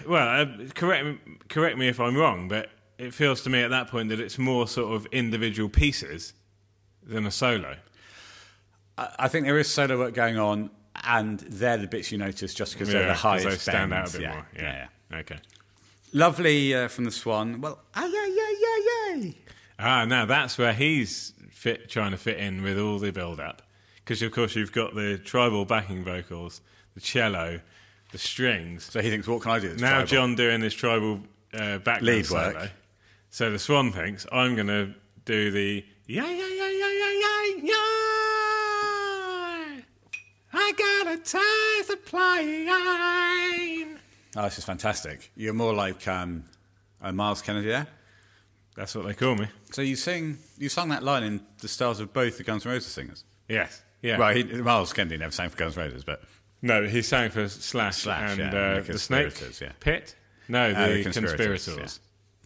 well. Uh, correct me- correct me if I'm wrong, but it feels to me at that point that it's more sort of individual pieces than a solo.
I, I think there is solo work going on, and they're the bits you notice just because they're the
'cause
highest.
they stand out
bends.
a bit
yeah,
more.
yeah, yeah.
Okay.
Lovely uh, from the Swan. Well, ay, ay, ay, ay, ay.
Ah, now that's where he's fit, trying to fit in with all the build-up, because of course you've got the tribal backing vocals, the cello, the strings.
So he thinks, what can I do? that's
now
tribal?
John doing this tribal uh, background
Lead
solo.
work.
So the Swan thinks I'm going to do the yeah yeah yeah yeah yeah yeah yeah. I gotta tie the plane.
Oh, this is fantastic. You're more like um, a Miles Kennedy there.
That's what they call me.
So you sing, you sung that line in the styles of both the Guns N' Roses singers.
Yes. Yeah.
Well, he, Miles Kennedy never sang for Guns N' Roses, but
No, he sang for Slash,
Slash,
and
yeah,
uh,
and the
the Snake
Conspirators, yeah.
Pit. No, the,
uh,
Conspirators.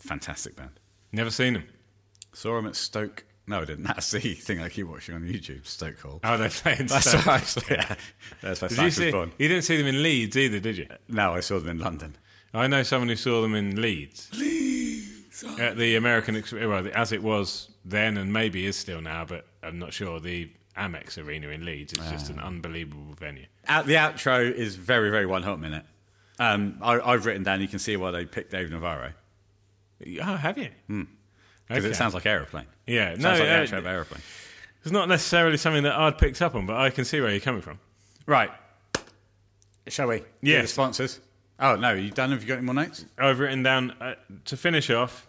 yeah. fantastic band.
Never seen them.
Saw him at Stoke. No, I didn't. That's the thing I keep watching on YouTube. Stoke Hall.
Oh, they're playing.
That's
Stoke.
where I saw- yeah. That's where
Did you
Slash
see?
was born. Uh,
You didn't see them in Leeds either, did you?
No, I saw them in London.
I know someone who saw them in Leeds. Leeds.
oh.
At the American, Ex- well, the- as it was then, and maybe is still now, but I'm not sure. The Amex Arena in Leeds is just
Ah.
an unbelievable venue.
Out, the outro is very, very one hot minute. Um, I, I've written down. You can see why they picked Dave Navarro
Oh, have you?
because
Okay.
Hmm. it sounds like aeroplane.
Yeah,
sounds
no,
like the
uh,
outro of aeroplane.
It's not necessarily something that I'd picked up on, but I can see where you're coming from.
Right, shall we? Yeah,
Yes.
the sponsors. Oh no, you done? Have you got any more notes?
I've written down uh, to finish off.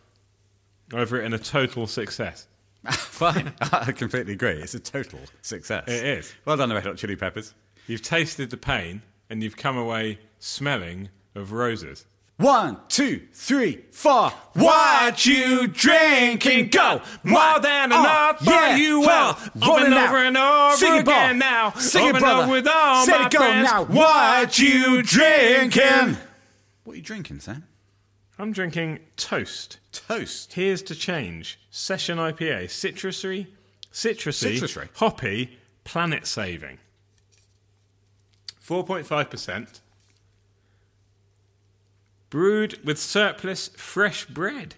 I've written a total success.
Fine, I completely agree. It's a total success.
It is.
Well done, the Red Hot Chili Peppers.
You've tasted the pain and you've come away smelling of roses.
One, two, three, four. What you drinking? Go Oh,
More than enough for you all. Over and over and over
Sing it, brother.
again now.
Sing
over
it,
and
brother.
over with all
Set
my
it go
friends.
now.
What you drinking?
What are you drinking, Sam?
I'm drinking toast.
Toast.
Here's to change. Session IPA. Citrusy, citrusy,
Citrusy.
hoppy, planet saving. 4.5%. Brewed with surplus fresh bread,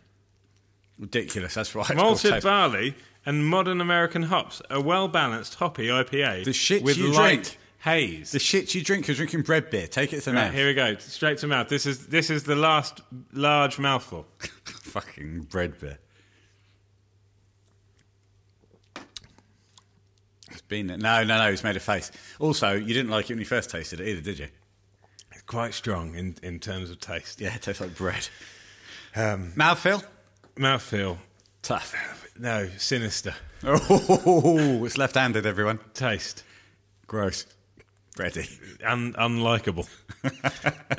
Ridiculous. That's right. It's called
malted
toast.
barley, and modern American hops. A well balanced hoppy IPA
The shit
with
you
light
drink.
haze.
The shit you drink is drinking bread beer. Take it to
Right,
now.
here we go. Straight to mouth. This is this is the last large mouthful.
Fucking bread beer. It's been there. No, no, no. It's made a face. Also, you didn't like it when you first tasted it either, did you?
Quite strong in, in terms of taste.
Yeah, it tastes like bread. Um, Mouthfeel?
Mouthfeel.
Tough.
No, sinister.
Oh, it's left handed, everyone.
Taste.
Gross. Bready.
Un- unlikable.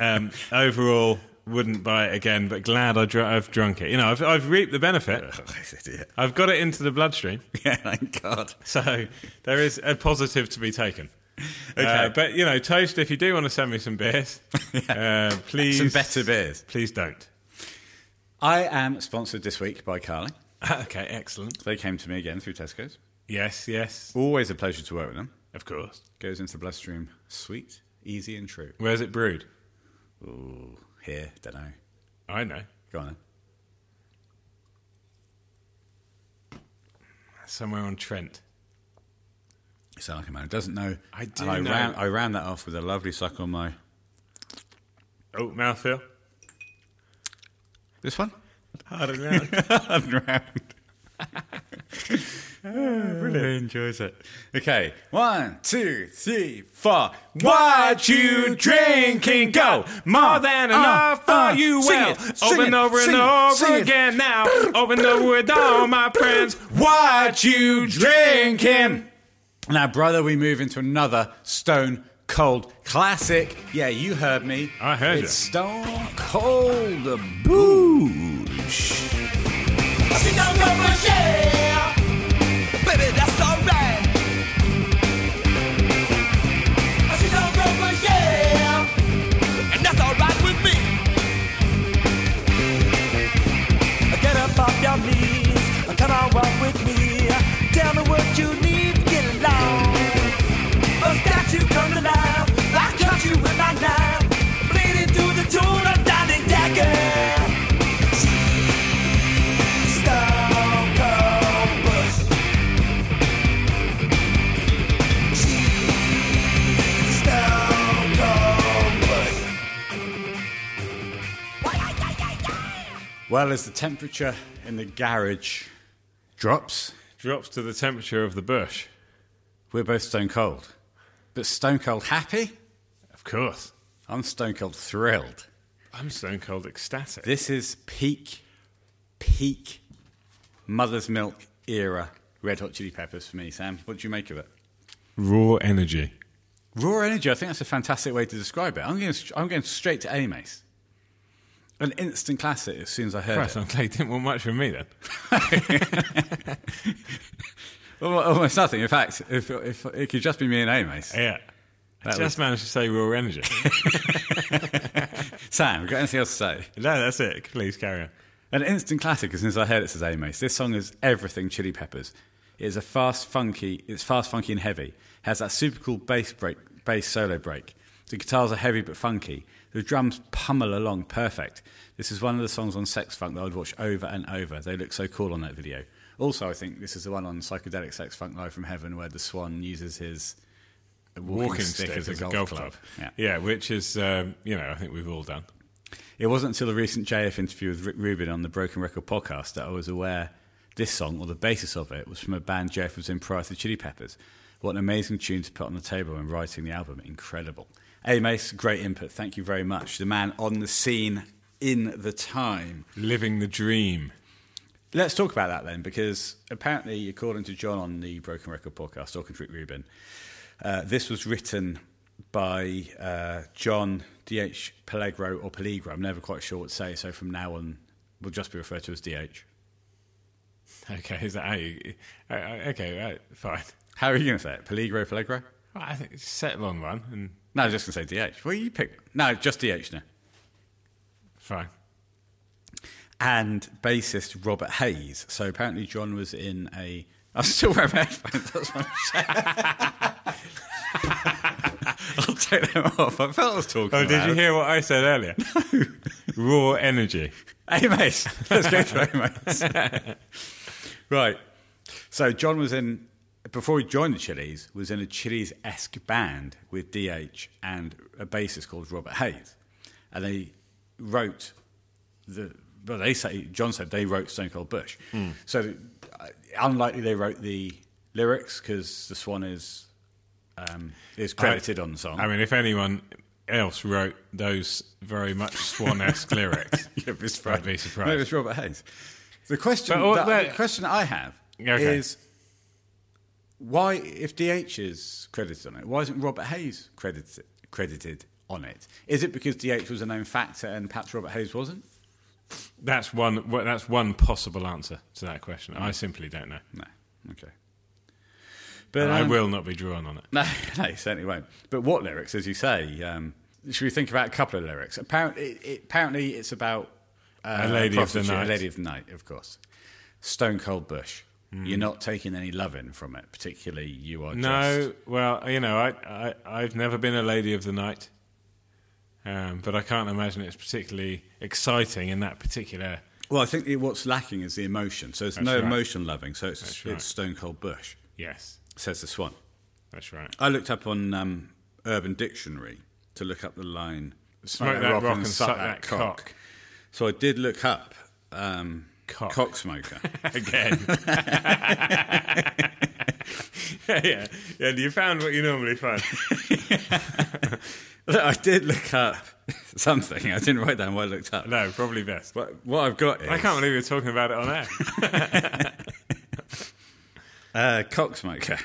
um, overall, wouldn't buy it again, but glad I dr- I've drunk it. You know, I've, I've reaped the benefit.
Oh, Idiot.
I've got it into the bloodstream.
Yeah, thank God.
So there is a positive to be taken.
Okay.
Uh, but, you know, Toast, if you do want to send me some beers, uh, please.
Some better beers.
Please don't.
I am sponsored this week by Carling.
Ah, okay, excellent.
They came to me again through Tesco's.
Yes, yes,
Always a pleasure to work with them.
of course.
Goes into the bloodstream sweet, easy, and true.
Where's it brewed?
Ooh, here, don't know.
I know.
Go on.
somewhere on Trent.
You sound like a man who doesn't know.
I do
And I,
know.
Round, I round that off with a lovely suck on my.
Oh, mouthfeel.
This one?
I don't know.
round. Really enjoys it. Okay, one, two, three, four. What you drinking? Go
More than enough for you, well, over and over and over again now, over and over with all my friends.
What you drinking? Now, brother, we move into another Stone Cold classic. Yeah, you heard me.
I heard
it's
ya.
Stone Cold the Boosh.
She don't know my share. Baby, that's alright. She don't know my share. And that's alright with me. Get up off your knees. Come on, walk with me. Tell me what you need. Get along. Oh, statue come to life. I cut you with my knife. Bleeding to the tune of Donnie Decker. Stone Cold Bush. She's Stone Cold Bush.
Well, as the temperature in the garage drops,
Drops to the temperature of the bush.
we're both stone cold. But stone cold happy?
Of course.
I'm stone cold thrilled.
I'm stone cold ecstatic.
This is peak, peak mother's milk era Red Hot Chili Peppers for me, Sam. What do you make of it?
Raw energy.
Raw energy, I think that's a fantastic way to describe it. I'm going, I'm going straight to A-Mace. An instant classic as soon as I heard
Christ,
it.
I'm glad you didn't want much from me then.
Almo- Almost nothing. In fact, if, if it could just be me and A-Mace.
Yeah. I
That
just managed to say raw energy.
Sam, got anything else to say?
no, that's it. Please carry on.
An instant classic as soon as I heard it says Amos. This song is everything Chili Peppers. It is a fast funky it's fast funky and heavy. has that super cool bass break bass solo break. The guitars are heavy but funky. The drums pummel along perfect. This is one of the songs on Sex Funk that I'd watch over and over. They look so cool on that video. Also I think this is the one on Psychedelic Sex Funk Live from Heaven where the swan uses his walking,
Walking stick, is a golf, club.
Yeah.
which is, um, you know, I think we've all done.
It wasn't until the recent JF interview with Rick Rubin on the Broken Record podcast that I was aware this song, or the basis of it, was from a band JF was in prior to Chili Peppers. What an amazing tune to put on the table when writing the album. Incredible. Hey, Mace, great input. Thank you very much. The man on the scene in the time.
Living the dream.
Let's talk about that then, because apparently, according to John on the Broken Record podcast, talking to Rick Rubin, uh, this was written by uh, John D.H. Pellegro or Pellegro. I'm never quite sure what to say, so from now on, we'll just be referred to as D.H.
Okay, is that how you. Uh, okay, right, fine.
How are you going to say it? Pellegro, Pellegro?
Well, I think settle on one and
No, I'm just going to say D.H. Well, you pick. No, just D.H. now.
fine.
and bassist Robert Hayes. So apparently John was in a. I'm still wearing my headphones. That's my I'll take them off. I felt I was talking.
Oh, did you hear what I said earlier? Raw energy.
Hey, mate. Let's go to hey, mate. right. So John was in before he joined the Chili's was in a Chili's esque band with DH and a bassist called Robert Hayes, and they wrote the. Well, they say John said they wrote Stone Cold Bush,
Hmm.
so uh, unlikely they wrote the lyrics because the Swan is um, is credited on the song.
I mean, if anyone else wrote those very much swan esque lyrics,
Yeah, it's
I'd
Friday.
be surprised.
No, it's Robert Hayes. The question,
But all
that,
that-
the question I have
Okay.
is why, if DH is credited on it, why isn't Robert Hayes credited, credited on it? Is it because DH was a known factor and perhaps Robert Hayes wasn't?
that's one. well, That's one possible answer to that question. I simply don't know.
No. Okay. But
And I
um,
will not be drawn on it.
No, no, you certainly won't. But what lyrics, as you say? Um, should we think about a couple of lyrics? Apparently, it, it- apparently it's about uh,
A lady of the
prostitute,
night.
A lady of the night, of course. Stone Cold Bush.
Hmm.
You're not taking any loving from it, particularly you are just.
No, well, you know, I, I I've never been a lady of the night, um, but I can't imagine it's particularly exciting in that particular
Well, I think it, what's lacking is the emotion. So it's
That's
no
right.
emotion loving. So it's,
That's right.
it's Stone Cold Bush,
Yes,
says the swan.
that's right.
I looked up on um, Urban Dictionary to look up the line
Smoke that rock and suck that cock.
So I did look up um,
Cock.
smoker.
Again. yeah, yeah. And you found what you normally find.
I did look up something. I didn't write down what I looked up.
No, probably best.
But what I've got is
I can't believe you're talking about it on air.
uh, cock smoker.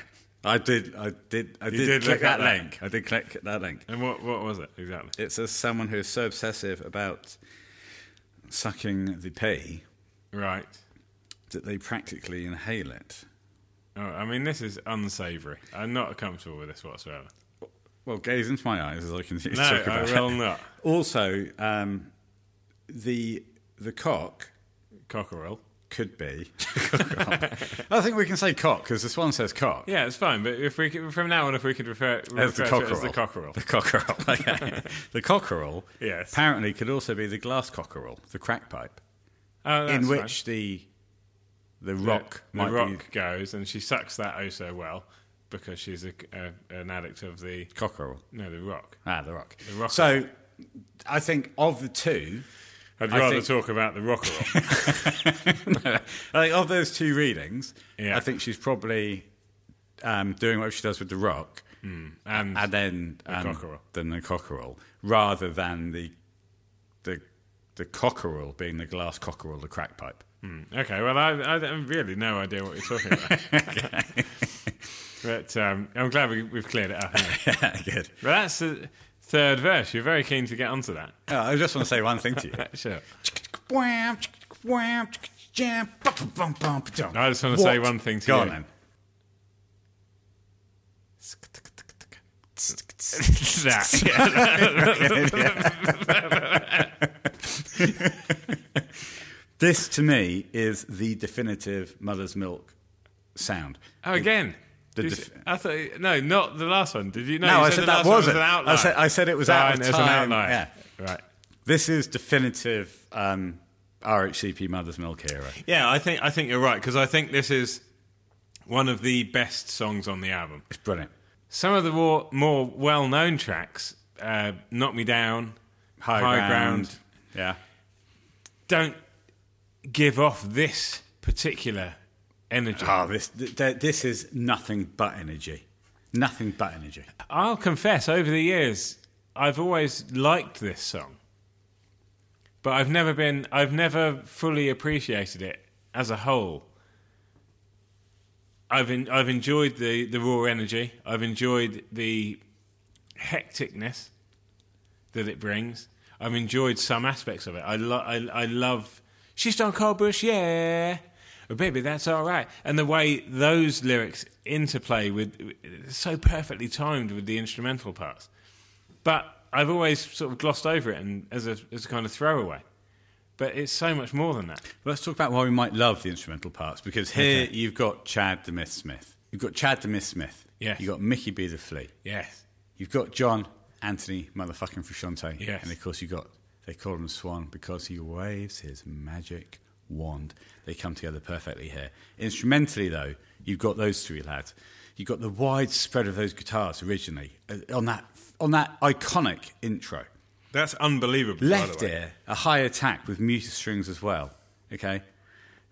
I did. I did. I did,
did
click
look
that
up that.
link. I did click that link.
and what what was it exactly?
It says someone who is so obsessive about sucking the pee
Right.
that they practically inhale it.
Oh, I mean, this is unsavoury. I'm not comfortable with this whatsoever.
Well, gaze into my eyes as I continue
No,
to talk
I
about
will
it.
not.
Also, um, the the cock
Cockerel.
could be. I think we can say cock because this one says cock.
Yeah, it's fine. But if we could, from now on, if we could refer, refer
As the
to it
cockerel.
as the cockerel.
The cockerel. Okay. the cockerel.
Yes.
Apparently, could also be the glass cockerel, the crack pipe,
Oh, that's
in
fine.
which the the rock
the
might
rock
be
goes, and she sucks that oh so well because she's a, a, an addict of the
cockerel.
no the rock.
Ah, the rock.
The rock.
So, I think of the two,
I'd
I
rather
think-
talk about the rockerel.
I think of those two readings,
Yeah.
I think she's probably um, doing what she does with the rock,
and
and then um,
cockerel.
then the cockerel, rather than the the the cockerel being the glass cockerel, the crack pipe.
okay, well I I have really no idea what you're talking about. but um, I'm glad we, we've cleared it up. anyway.
Good.
but that's the third verse. You're very keen to get onto that.
Oh, I just want to say one thing to you.
Sure.
I
I
just
just want to say one thing to
Go
you.
on then.
that. Yeah.
This to me is the definitive mother's milk sound.
Oh, again.
The
Did
def-
you- I thought no, not the last one. Did you? No,
No,
you
I
said
said
the
that
last one
wasn't.
an
I
outline.
said- I said it was out of
Fine, it was an
time.
outline.
Yeah.
Right.
This is definitive um, RHCP mother's milk era.
Yeah, I think I think you're right because I think this is one of the best songs on the album.
It's brilliant.
Some of the more, more well-known tracks, uh, "Knock Me Down,"
High,
Ground,"
Yeah.
don't give off this particular energy.
Oh, this th- th- this is nothing but energy. Nothing but energy.
I'll confess, over the years, I've always liked this song, but I've never been, I've never fully appreciated it as a whole. I've en- I've enjoyed the the raw energy. I've enjoyed the hecticness that it brings. I've enjoyed some aspects of it. I lo- I, I love she's Don Bush, yeah. Oh, baby, that's all right. And the way those lyrics interplay with so perfectly timed with the instrumental parts. But I've always sort of glossed over it and as a as a kind of throwaway. But it's so much more than that.
Let's talk about why we might love the instrumental parts because here
Okay.
you've got Chad the Myth Smith. You've got Chad the Myth Smith.
Yes.
You've got Mickey B the Flea.
Yes.
You've got John Anthony motherfucking Frusciante.
Yes.
And of course you've got they call him Swan because he waves his magic wand. They come together perfectly here. Instrumentally though, you've got those three lads. You've got the wide spread of those guitars originally uh, on that on that iconic intro.
That's unbelievable.
Left ear, a high attack with muted strings as well. Okay.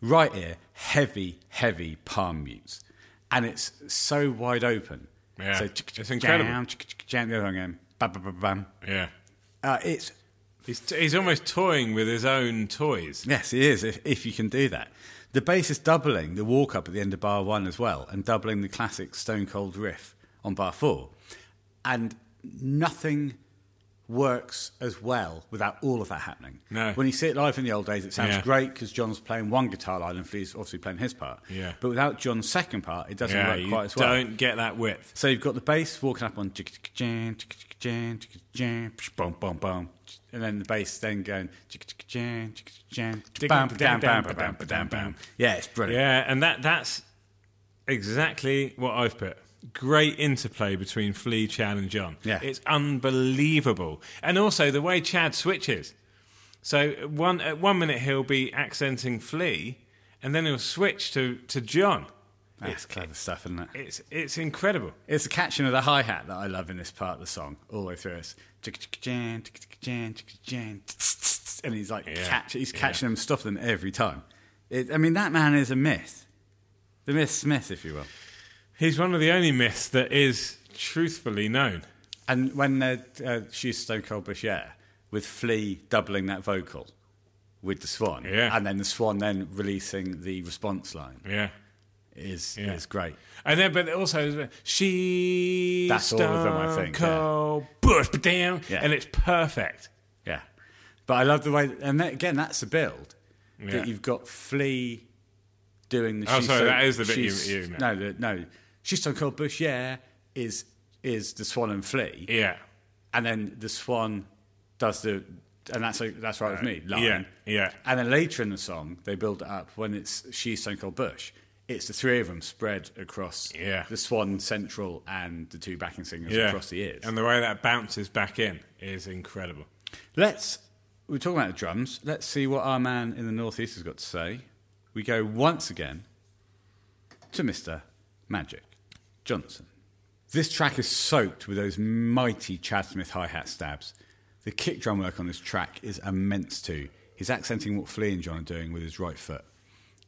Right ear, heavy, heavy palm mutes. And it's so wide open.
Yeah.
So,
It's incredible.
Jam, jam, the other one again. Bam, bam, bam, bam.
Yeah.
Uh, it's,
He's, he's almost toying with his own toys.
yes, it is, if, if you can do that. The bass is doubling the walk up at the end of bar one as well, and doubling the classic Stone Cold riff on bar four. And nothing works as well without all of that happening.
No.
When you see it live in the old days, it sounds
Yeah.
great because John's playing one guitar line and Flea's obviously playing his part.
Yeah.
But without John's second part, it doesn't
Yeah,
work
you
quite as well.
don't get that width.
So you've got the bass walking up on jig- jig- jam, jig- jig- jam, jig- jig- jam, psh, bum bum bum, and then the bass then going jig- jig- jam, jig- jig- jam,
Dig-
bam
dig-
bam bam
dam, dam,
bam
dam,
bam
dam,
bam.
dam.
Yeah, it's brilliant.
Yeah, and that that's exactly what I've put. Great interplay between Flea, Chad, and John.
Yeah.
It's unbelievable. And also the way Chad switches. So at one at one minute he'll be accenting Flea, and then he'll switch to to John.
That's clever stuff, isn't it?
It's it's incredible.
It's the catching of the hi hat that I love in this part of the song, all the way through. It's chicka-chicka-jan, chicka-chicka-jan, chicka-chicka-jan, tss, tss, tss, and he's like
Yeah.
catch, he's
Yeah.
catching them, stopping them every time. It, I mean, that man is a myth, the myth Smith, if you will.
He's one of the only myths that is truthfully known.
And when uh, uh, she's Stone Cold Bush Air with Flea doubling that vocal with the Swan,
Yeah.
and then the Swan then releasing the response line
Yeah.
is
Yeah.
is great.
And then, but also, she
That's all of them, I think, yeah.
Cold, bush, damn,
Yeah.
and it's perfect.
Yeah, but I love the way, and that, again, that's the build
Yeah.
that you've got Flea doing the.
Oh,
she's
sorry,
so-
that is the bit you-
she's-
you meant.
No, the- no, she's so called Bush. Yeah, is is the Swan and Flea,
Yeah,
and then the Swan does the, and that's like, that's right with me line.
yeah, yeah.
And then later in the song, they build it up when it's she's Stone Cold Bush. It's the three of them spread across
Yeah.
the Swan Central and the two backing singers
yeah.
across the ears.
and the way that bounces back in is incredible.
Let's. We're talking about the drums. Let's see what our man in the northeast has got to say. We go once again to Mr. Magic Johnson. This track is soaked with those mighty Chad Smith hi hat stabs. The kick drum work on this track is immense too. He's accenting what Flea and John are doing with his right foot.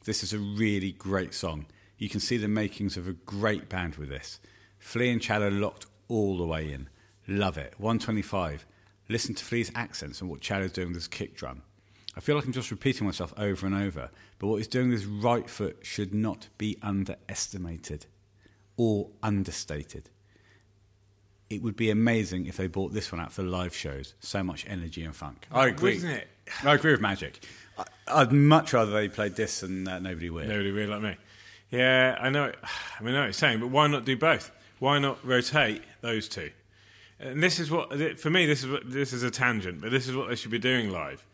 This is a really great song. You can see the makings of a great band with this. Flea and Chad are locked all the way in. Love it. 125. Listen to Flea's accents and what Chad is doing with his kick drum. I feel like I'm just repeating myself over and over, but what he's doing with his right foot should not be underestimated or understated. It would be amazing if they bought this one out for live shows. So much energy and funk. I agree.
Wouldn't it?
I agree with Magic. I, I'd much rather they played this than uh, Nobody Will.
Nobody really like me. Yeah, I know. I mean, I know what you're saying, but why not do both? Why not rotate those two? And this is what, for me, this is what, this is a tangent, but this is what they should be doing live.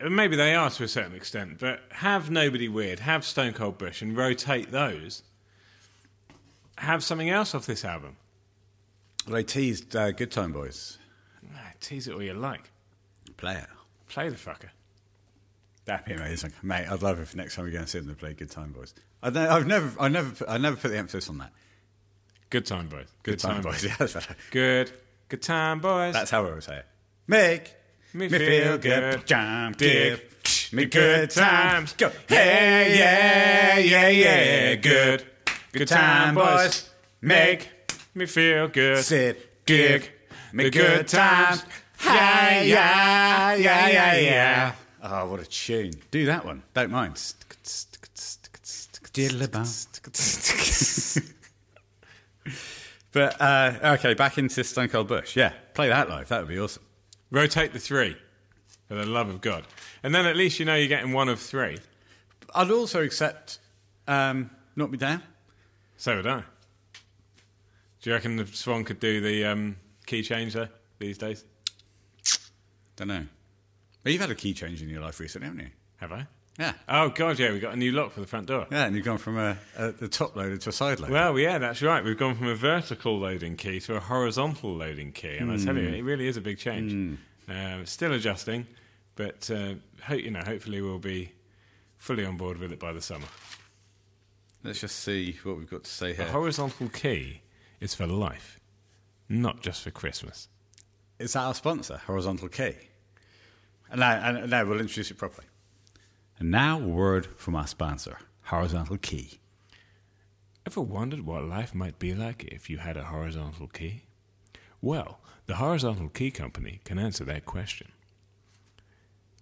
And maybe they are to a certain extent, but have nobody weird, have Stone Cold Bush, and rotate those. Have something else off this album.
They teased uh, Good Time Boys.
Ah, tease it all you like.
Play it.
Play the fucker.
That'd be amazing, mate. I'd love it if next time we go and see them they play Good Time Boys. I don't, I've never, I never, put, I never put the emphasis on that.
Good time, boys.
Good, Time, Boys. Yeah, that's right.
Good. Good time, boys.
That's how I would say it. Make me, feel good. Jump,
Dig.
give me good times. Go. Hey, yeah, yeah, yeah. Good.
Good
time, boys. Make
me feel good.
Sit. Give me good times. Hey, yeah, yeah, yeah, yeah. Oh, what a tune. Do that one. Don't mind. But, uh, okay, back into Stone Cold Bush. Yeah, play that live. That would be awesome.
Rotate the three, for the love of God. And then at least you know you're getting one of three.
I'd also accept um, Knock Me Down.
So would I. Do you reckon the Swan could do the um, key change though these days?
Don't know. Well, you've had a key change in your life recently, haven't you?
Have I?
Yeah.
Oh God, yeah, we got a new lock for the front door.
Yeah, and you've gone from a, a, the top loader to a side loader.
Well, yeah, that's right. We've gone from a vertical loading key to a horizontal loading key, and I tell you, it really is a big change. Uh, still adjusting, but uh, ho- you know, hopefully we'll be fully on board with it by the summer.
Let's just see what we've got to say
A
here.
horizontal key is for life, not just for Christmas.
Is that our sponsor, Horizontal Key? And now, and now we'll introduce it properly. And now, a word from our sponsor, Horizontal Key.
Ever wondered what life might be like if you had a horizontal key? Well, the Horizontal Key Company can answer that question.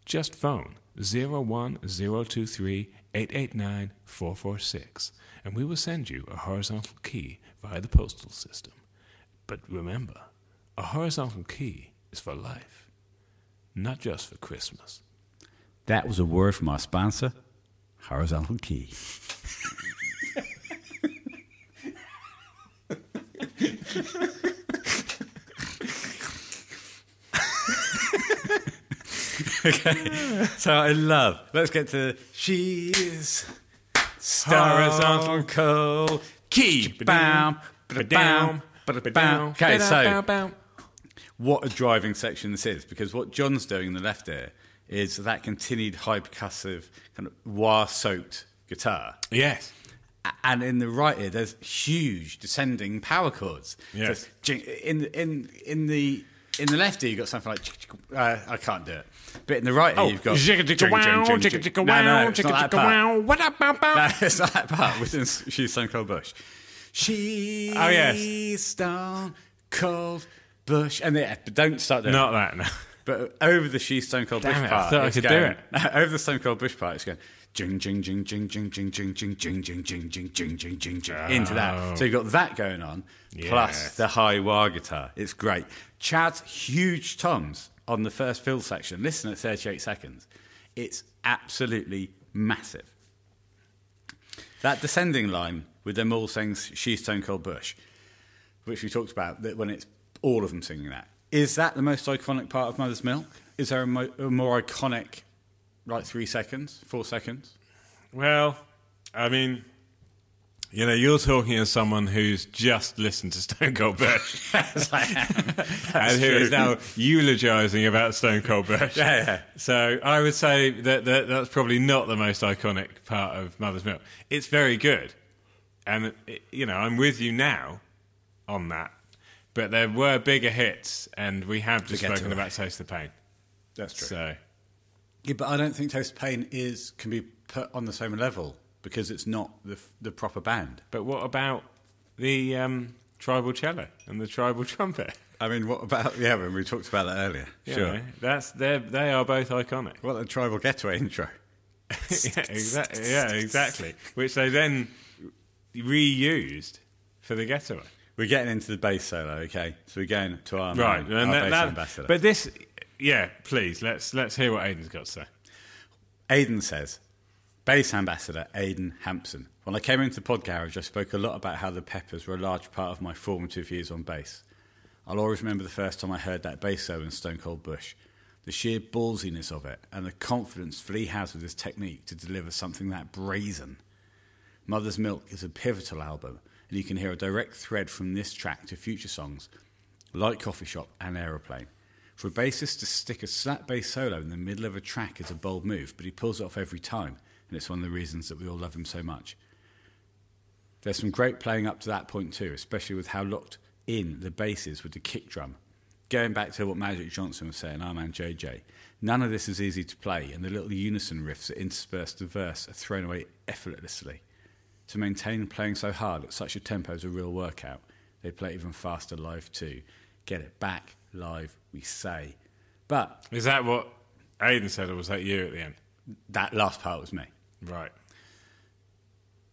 Just phone 01023 889 446 and we will send you a horizontal key via the postal system. But remember, a horizontal key is for life, not just for Christmas.
That was a word from our sponsor, Horizontal Key. okay, so I love. Let's get to she's
Horizontal
horizontal cold key.
Ba-dam,
Bam, ba-dam, ba-dam. Okay, so what a driving section this is because what John's doing in the left ear is that continued high percussive kind of wah soaked guitar.
Yes.
A- And in the right ear, there's huge descending power chords.
Yes.
So, jing- in in in the in the left ear, you've got something like chick, chick, uh, I can't do it, but in the right ear,
Oh,
you've got
jigga jigga
jing, jing,
wow,
jing,
jigga
jing.
jigga
No, no,
wow,
it's not
jigga
that
jigga
part.
wow, what up, bow, bow.
No, it's not that part. Within, she's Stone Cold Bush. She's
Oh,
Stone Cold Bush. And yeah, but don't start there.
Not that, no.
But over the She's Stone Cold
Damn
Bush
it, I
part.
thought I
it's
could do
going,
it.
No, over the Stone Cold Bush part, it's going. Jing jing jing jing jing jing jing jing jing jing jing jing jing jing jing jing into
Oh.
that. So you've got that going on, plus
Yes.
the high wah guitar. It's great. Chad's huge toms on the first fill section. Listen at 38 seconds. It's absolutely massive. That descending line with them all saying she's Stone Cold Bush, which we talked about, that when it's all of them singing that, is that the most iconic part of Mother's Milk? Is there a, mo- a more iconic, like three seconds, four seconds?
Well, I mean, you know, you're talking as someone who's just listened to Stone Cold Bush and who is now eulogising about Stone Cold Bush.
Yeah, yeah.
So I would say that, that that's probably not the most iconic part of Mother's Milk. It's very good, and it, you know, I'm with you now on that. But there were bigger hits, and we have just
Forget
spoken
it.
about Taste the Pain.
That's
So
Yeah, but I don't think Taste of Pain is can be put on the same level because it's not the, f- the proper band.
But what about the um, tribal cello and the tribal trumpet?
I mean, what about, yeah, when we talked about that earlier.
You
sure.
know, that's they're, they are both iconic.
What a tribal getaway intro.
yeah, exactly. Yeah, exactly. Which they then reused for the getaway.
We're getting into the bass solo, okay? So we're going to our,
Right,
man,
and
our
that-
bass
that-
ambassador.
but this, yeah, please let's let's hear what Aiden's got to say.
Aidan says, bass ambassador Aidan Hampson. When I came into the pod garage, I spoke a lot about how the Peppers were a large part of my formative years on bass. I'll always remember the first time I heard that bass solo in Stone Cold Bush. The sheer ballsiness of it and the confidence Flea has with his technique to deliver something that brazen. Mother's Milk is a pivotal album, and you can hear a direct thread from this track to future songs like Coffee Shop and Aeroplane. For a bassist to stick a slap bass solo in the middle of a track is a bold move, but he pulls it off every time, and it's one of the reasons that we all love him so much. There's some great playing up to that point too, especially with how locked in the bass is with the kick drum. Going back to what Magic Johnson was saying, our man JJ, none of this is easy to play, and the little unison riffs that intersperse the verse are thrown away effortlessly. To maintain playing so hard at such a tempo is a real workout. They play even faster live too. Get it back live, we say. But
Is that what Aiden said, or was that you at the end?
that last part was me.
Right.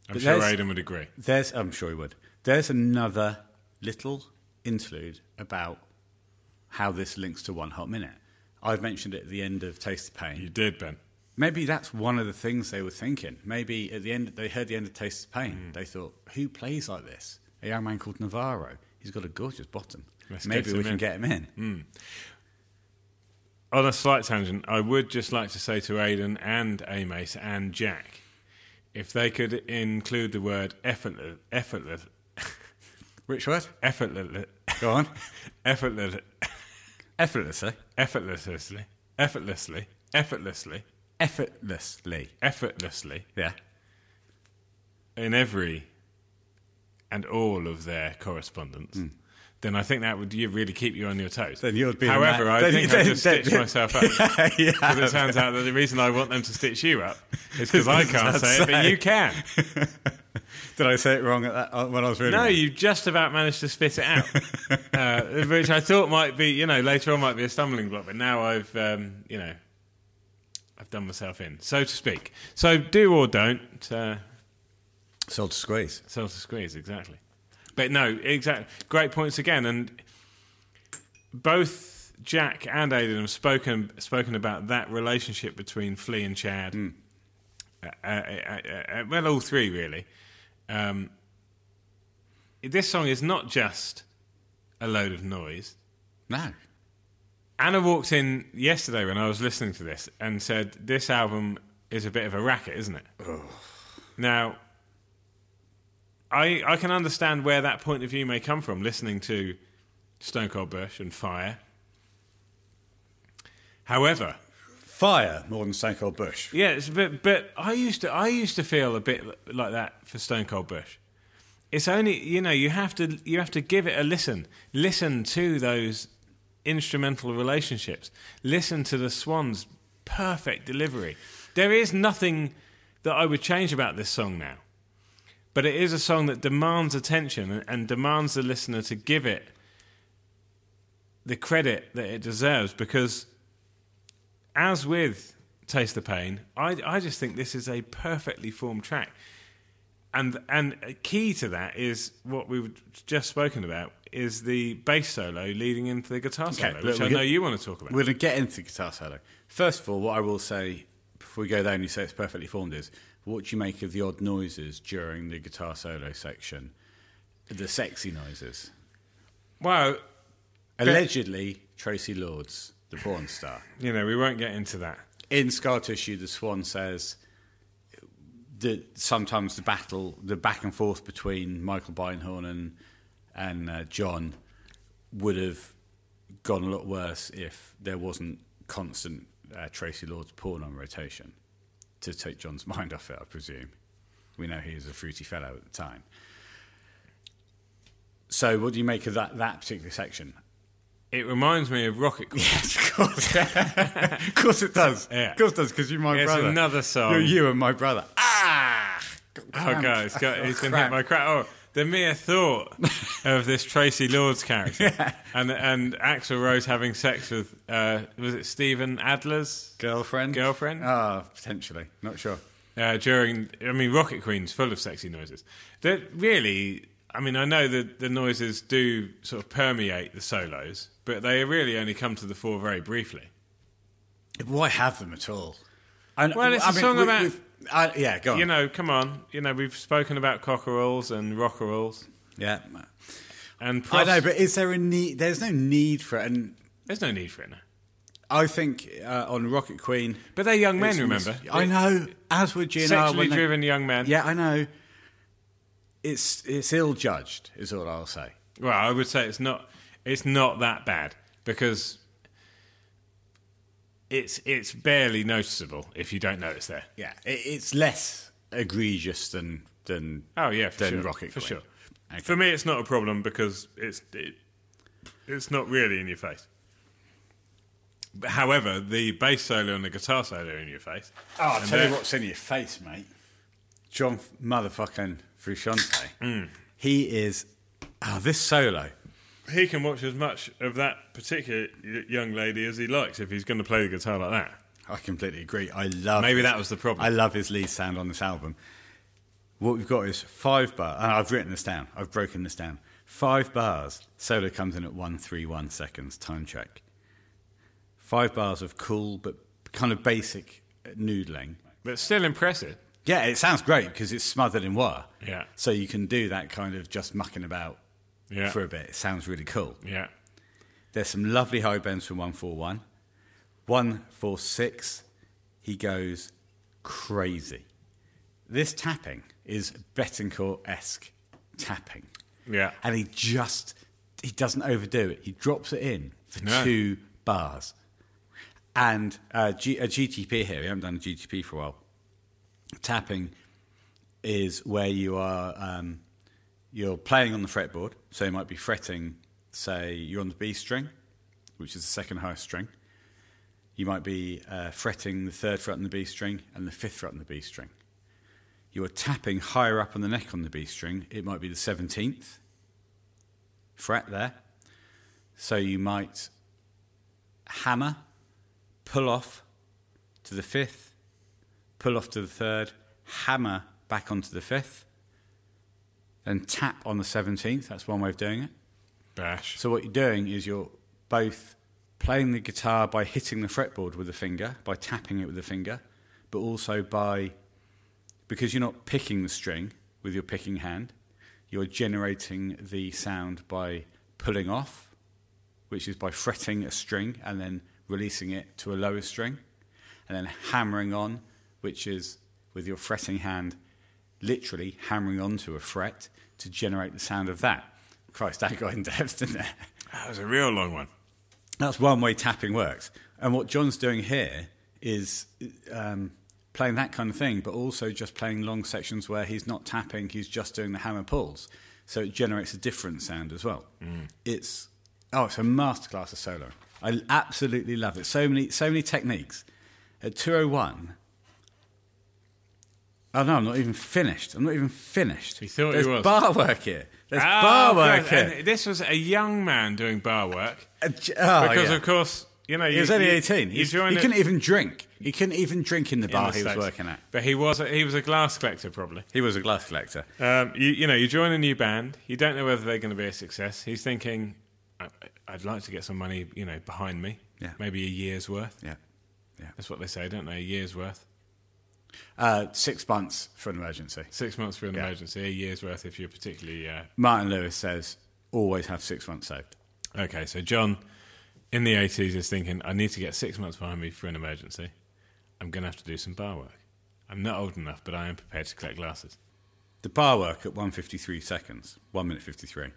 I'm
But
sure
there's-
Aiden would agree.
There's, I'm sure he would. There's another little interlude about how this links to One Hot Minute. I've mentioned it at the end of Taste of Pain.
You did, Ben.
Maybe that's one of the things they were thinking. Maybe at the end, they heard the end of Taste of Pain.
Mm.
They thought, who plays like this? A young man called Navarro. He's got a gorgeous bottom.
Let's
Maybe
get
we
him
can
in." Mm.
get him in.
On a slight tangent, I would just like to say to Aiden and Amace and Jack, if they could include the word effortless, effortless,
Which word?
effortless,
Go on.
effortless,
Effortlessly.
effortlessly, effortlessly, effortlessly,
Effortlessly.
effortlessly
Yeah.
in every and all of their correspondence. Then I think that would you really keep you on your toes.
Hmm. Then you'd be the
However,
man-
I
then
think
you-
I
then-
just
then-
stitch myself up. Because
yeah.
it turns out that the reason I want them to stitch you up is because I can't say it, but you can.
Did I say it wrong at that, uh, when I was reading?
No,
it?
you just about managed to spit it out, uh, which I thought might be, you know, later on might be a stumbling block, but now I've, um, you know, I've done myself in, so to speak. So do or don't, uh,
Sold to squeeze.
sell to squeeze, exactly. But no, exactly. Great points again, and both Jack and Aidan have spoken spoken about that relationship between Flea and Chad. Uh, uh, uh, uh, uh, well, all three really. Um, this song is not just a load of noise.
No.
Anna walked in yesterday when I was listening to this and said, "This album is a bit of a racket, isn't it?" Now, I I can understand where that point of view may come from. Listening to Stone Cold Bush and Fire However,
Fire more than Stone Cold Bush.
yeah, it's a bit, but I used to I used to feel a bit like that for Stone Cold Bush. It's only you know you have to you have to give it a listen. Listen to those instrumental relationships. Listen to the Swans' perfect delivery. There is nothing that I would change about this song now, but it is a song that demands attention and, and demands the listener to give it the credit that it deserves because as with Taste the Pain, I, I just think this is a perfectly formed track. And and a key to that is what we were just spoken about is the bass solo leading into the guitar solo,
look,
which
we're
I know
gonna-
you want to talk about.
We're going to get into the guitar solo. First of all, what I will say before we go there and you say it's perfectly formed is what do you make of the odd noises during the guitar solo section? The sexy noises.
Well,
Allegedly, Tracy Lords, the porn star.
you know, we won't get into that.
In Scar Tissue, the swan says that sometimes the battle, the back and forth between Michael Beinhorn and, and uh, John would have gone a lot worse if there wasn't constant uh, Tracy Lord's porn on rotation to take John's mind off it, I presume. We know he is a fruity fellow at the time. So, what do you make of that, that particular section?
It reminds me of Rocket Queen.
Yes, of course. of course it does.
Yeah.
Of course it does, because you're my
It's
brother.
another song.
You're you and my brother. Ah!
Oh god, he's got he's been hit
Cramp.
by crack. Oh, the mere thought of this Tracy Lords character and and Axel Rose having sex with uh, was it Stephen Adler's
Girlfriend?
Girlfriend?
Ah, potentially. Not sure.
uh, during. I mean, Rocket Queen's full of sexy noises. That really, I mean, I know that the noises do sort of permeate the solos, but they really only come to the fore very briefly.
Why have them at all? And,
Well, it's a song about-
uh, yeah, go on.
You know, come on, you know, we've spoken about cockerels and rockerels
yeah.
and. Pros-
I know, but is there a need? There's no need for it. And
there's no need for it now.
I think uh, on Rocket Queen.
But they're young men,
it's-
remember?
I know, as were Gina.
Sexually driven young men.
Yeah, I know. It's, it's ill judged, is all I'll say.
Well, I would say it's not it's not that bad because it's it's barely noticeable if you don't notice there.
Yeah, it, it's less egregious than than
Oh yeah, for
than
sure.
Rocket
for
Queen.
sure.
Okay.
For me, it's not a problem because it's it, it's not really in your face. But However, the bass solo and the guitar solo are in your face.
Oh, I'll
And
tell
they're-
you what's in your face, mate. John f- motherfucking Frusciante.
Mm.
He is. Oh, this solo.
He can watch as much of that particular y- young lady as he likes if he's going to play the guitar like that.
I completely agree. I love.
Maybe
his-
that was the problem.
I love his lead sound on this album. What we've got is five bars, and I've written this down. I've broken this down. Five bars. Solo comes in at one three one seconds. Time check. Five bars of cool but kind of basic noodling.
But still impressive.
Yeah, it sounds great because it's smothered in wire.
Yeah.
So you can do that kind of just mucking about
Yeah.
for a bit. It sounds really cool.
Yeah.
There's some lovely high bends from 141. 146, he goes crazy. This tapping is Betancourt esque tapping.
Yeah.
And he just, he doesn't overdo it. He drops it in for
No.
two bars. And uh, G- a GTP here, we haven't done a GTP for a while. Tapping is where you are um, you're playing on the fretboard, so you might be fretting, say you're on the B string, which is the second highest string. You might be uh, fretting the third fret on the B string and the fifth fret on the B string. You are tapping higher up on the neck on the B string. It might be the seventeenth fret there. So you might hammer, pull off to the fifth, pull off to the third, hammer back onto the fifth, then tap on the 17th. That's one way of doing it.
Bash.
So, what you're doing is you're both playing the guitar by hitting the fretboard with the finger, by tapping it with the finger, but also by, because you're not picking the string with your picking hand, you're generating the sound by pulling off, which is by fretting a string and then releasing it to a lower string, and then hammering on, which is with your fretting hand literally hammering onto a fret to generate the sound of that. Christ, that got in depth, didn't it?
That was a real long one.
That's one way tapping works. And what John's doing here is um, playing that kind of thing, but also just playing long sections where he's not tapping, he's just doing the hammer pulls. So it generates a different sound as well.
Mm.
It's oh, it's a masterclass of solo. I absolutely love it. So many, so many techniques. At two oh one. Oh no, I'm not even finished. I'm not even finished.
You thought you
There's
was.
bar work here. There's
Oh,
bar
God,
work eh? here.
and This was a young man doing bar work
Uh, j- oh,
because,
yeah.
of course, you know you,
He was only
you-
18.
You
He's- he
join a-
couldn't even drink. He couldn't even drink in the
in the
bar he was
States.
working at.
but he was a, he was a glass collector probably.
He was a glass collector.
Um, you, you know, you join a new band. You don't know whether they're going to be a success. He's thinking, I, I'd like to get some money, you know, behind me.
Yeah.
Maybe a year's worth.
Yeah.
That's what they say, don't they? A year's worth.
Uh, six months for an emergency.
Six months for an emergency. A year's worth if you're particularly uh,
Martin Lewis says, always have six months saved.
okay. So John, in the eighties, is thinking, I need to get six months behind me for an emergency. I'm going to have to do some bar work. I'm not old enough, but I am prepared to collect glasses.
The bar work at 153 seconds, 1 minute 53,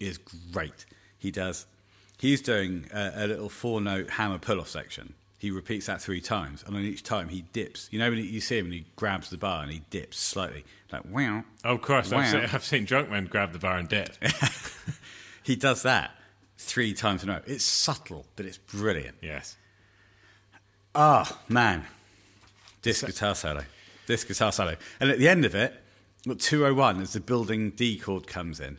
is great. He does, he's doing a, a little four note hammer pull off section. He repeats that three times, and on each time he dips. You know, when you see him and he grabs the bar and he dips slightly, like, wow.
Oh Christ!
Wow.
I've, seen, I've seen drunk men grab the bar and dip.
He does that three times in a row. It's subtle, but it's brilliant.
yes.
Ah, man. This guitar solo. This guitar solo. And at the end of it, at 201, as the building D chord comes in,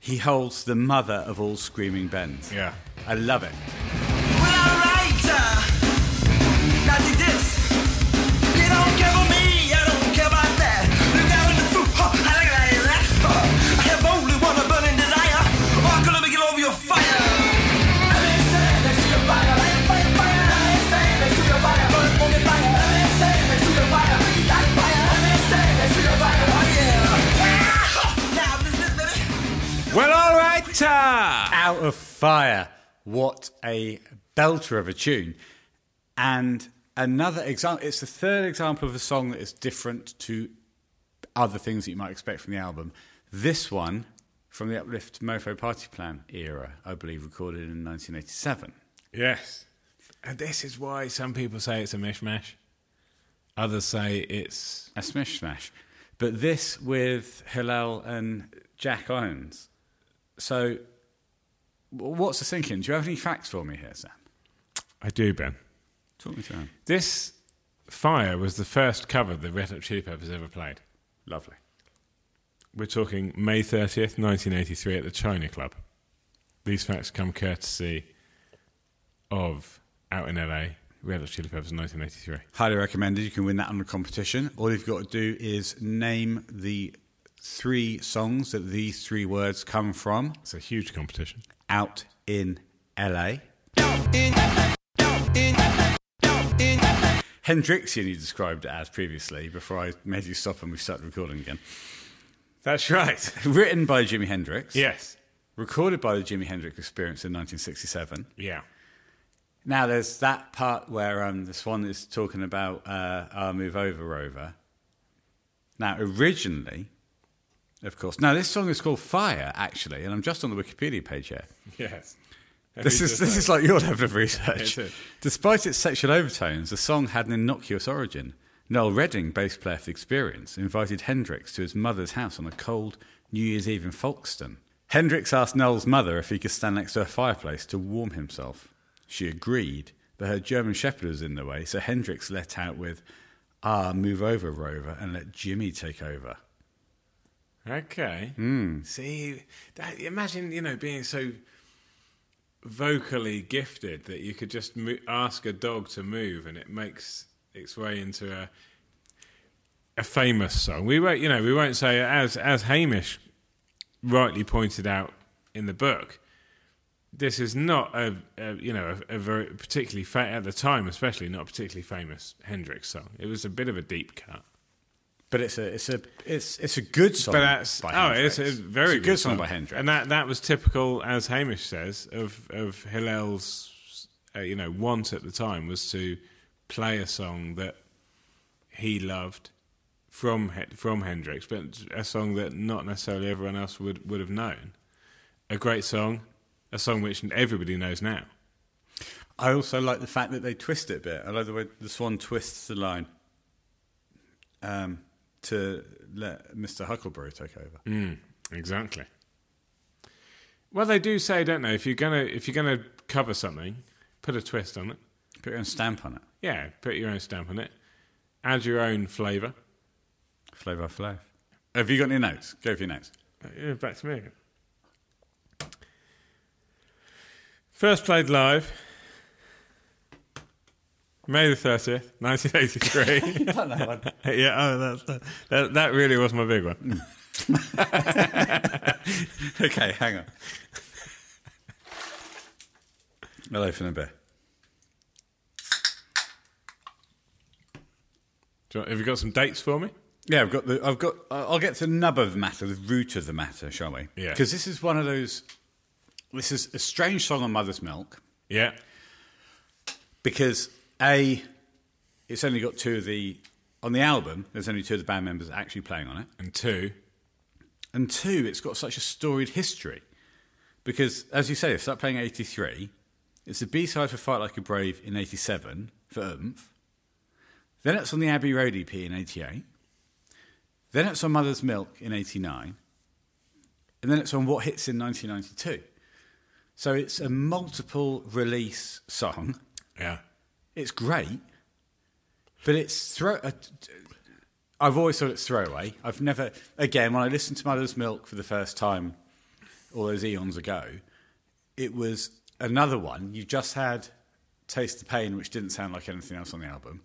he holds the mother of all screaming bends.
Yeah.
I love it.
Well, alright, uh, now dig this. You don't care about me, I don't care about that. Look out in the food, huh, I like it like that. Huh, I have only one burning desire. Oh, I'm gonna make it over your fire. I may say next to your fire, like fire, fire. I may stay next to your fire, burn for your fire. I may stay next to your fire, breathe like fire. I may stay next to your fire, oh yeah. Ah, Now listen, baby.
Well, all right. uh,
Out of fire. What a belter of a tune. And another example, it's the third example of a song that is different to other things that you might expect from the album. This one, from the Uplift Mofo Party Plan era, I believe, recorded in 1987.
Yes. And this is why some people say it's a mishmash. Others say it's.
A smash smash. But this with Hillel and Jack Irons. So, w- what's the thinking? Do you have any facts for me here, Sam?
I do, Ben.
Talk me through them.
This Fire was the first cover the Red Hot Chili Peppers ever played.
Lovely.
We're talking May 30th, 1983, at the China Club. These facts come courtesy of Out in LA, Red Hot Chili Peppers 1983.
Highly recommended. You can win that on the competition. All you've got to do is name the three songs that these three words come from
It's a huge competition.
out in LA. Hendrixian, you described it as previously before I made you stop and we started recording again.
That's right.
Written by Jimi Hendrix.
yes.
Recorded by the Jimi Hendrix Experience in 1967.
Yeah.
Now, there's that part where um, the Swan is talking about uh, our move over, Rover. Now, originally, of course, now this song is called Fire, actually, and I'm just on the Wikipedia page here.
Yes.
This is, this is like your level of research.
It is.
Despite its sexual overtones, the song had an innocuous origin. Noel Redding, bass player for The Experience, invited Hendrix to his mother's house on a cold New Year's Eve in Folkestone. Hendrix asked Noel's mother if he could stand next to her fireplace to warm himself. She agreed, but her German Shepherd was in the way, so Hendrix let out with, Ah, move over, Rover, and let Jimmy take over.
Okay. See, that, imagine you know being so vocally gifted that you could just mo- ask a dog to move and it makes its way into a a famous song. We won't, you know, we won't say as as Hamish rightly pointed out in the book. This is not a, a you know a, a very particularly fa- at the time, especially not a particularly famous Hendrix song. It was a bit of a deep cut.
But it's a, it's a, it's, it's a good song.
But that's
by
oh,
Hendrix.
it's a very
It's a good, song, by Hendrix.
and that that was typical, as Hamish says, of of Hillel's uh, you know want at the time was to play a song that he loved from He- from Hendrix, but a song that not necessarily everyone else would would have known. A great song, a song which everybody knows now.
I also like the fact that they twist it a bit. I like the way the swan twists the line um, to let Mr. Huckleberry take over.
Exactly. Well, they do say, don't they? If you're gonna if you're gonna cover something, put a twist on it.
Put your own stamp on it.
Yeah, put your own stamp on it. Add your own flavour.
Flavour Flav. Have you got any notes? Go for your notes.
Uh, Yeah, back to me. again. First played live May the 30th, 1983. yeah, oh, that's, that, that, that really was my big one.
okay, hang on. I'll open a beer.
Do you, want- have you got some dates for me?
Yeah, I've got the. I've got. I- I'll get to the nub of the matter, the root of the matter, shall we?
Yeah.
Because this is one of those. This is a strange song on Mother's Milk
Yeah.
because a, it's only got two of the on the album. There's only two of the band members actually playing on it,
And two.
and two, it's got such a storied history. Because as you say, they start playing '83. It's the B side for "Fight Like a Brave" in '87 for oomph. Then it's on the Abbey Road EP in '88. Then it's on Mother's Milk in '89, and then it's on What Hits in 1992. So it's a multiple release song.
Yeah.
It's great, but it's throw. Uh, I've always thought it's throwaway. I've never, again, when I listened to Mother's Milk for the first time, all those eons ago, it was another one. You just had Taste the Pain, which didn't sound like anything else on the album.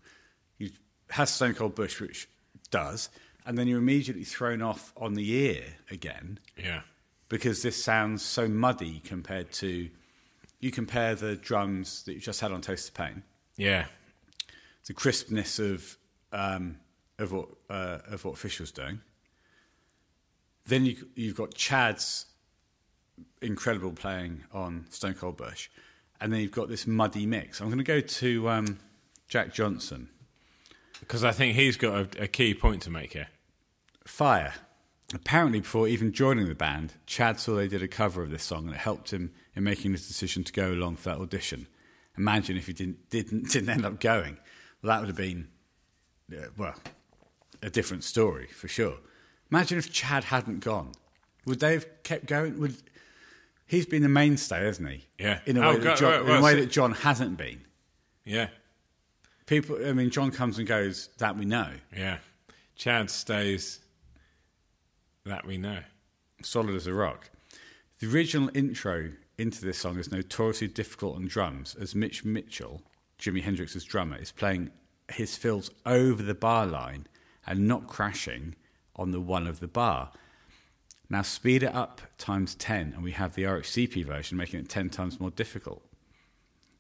You had Stone Cold Bush, which does, and then you're immediately thrown off on the ear again
Yeah.
because this sounds so muddy compared to. You compare the drums that you just had on Taste the Pain
Yeah.
the crispness of um, of what uh, of what Fish was doing. Then you, you've got Chad's incredible playing on Stone Cold Bush, and then you've got this muddy mix. I'm going to go to um, Jack Johnson.
Because I think he's got a, a key point to make here.
Fire. Apparently, before even joining the band, Chad saw they did a cover of this song, and it helped him in making his decision to go along for that audition. Imagine if he didn't didn't didn't end up going. Well, that would have been, yeah, well, a different story for sure. Imagine if Chad hadn't gone. Would they have kept going? Would he's been the mainstay, hasn't he?
Yeah.
In a
Oh,
way,
God,
that, John,
right,
in
well,
a way
so-
that John hasn't been.
Yeah.
People, I mean, John comes and goes. That we know.
Yeah. Chad stays that we know.
solid as a rock. The original intro into this song is notoriously difficult on drums, as Mitch Mitchell, Jimi Hendrix's drummer, is playing his fills over the bar line and not crashing on the one of the bar. Now speed it up times 10, and we have the RHCP version, making it 10 times more difficult.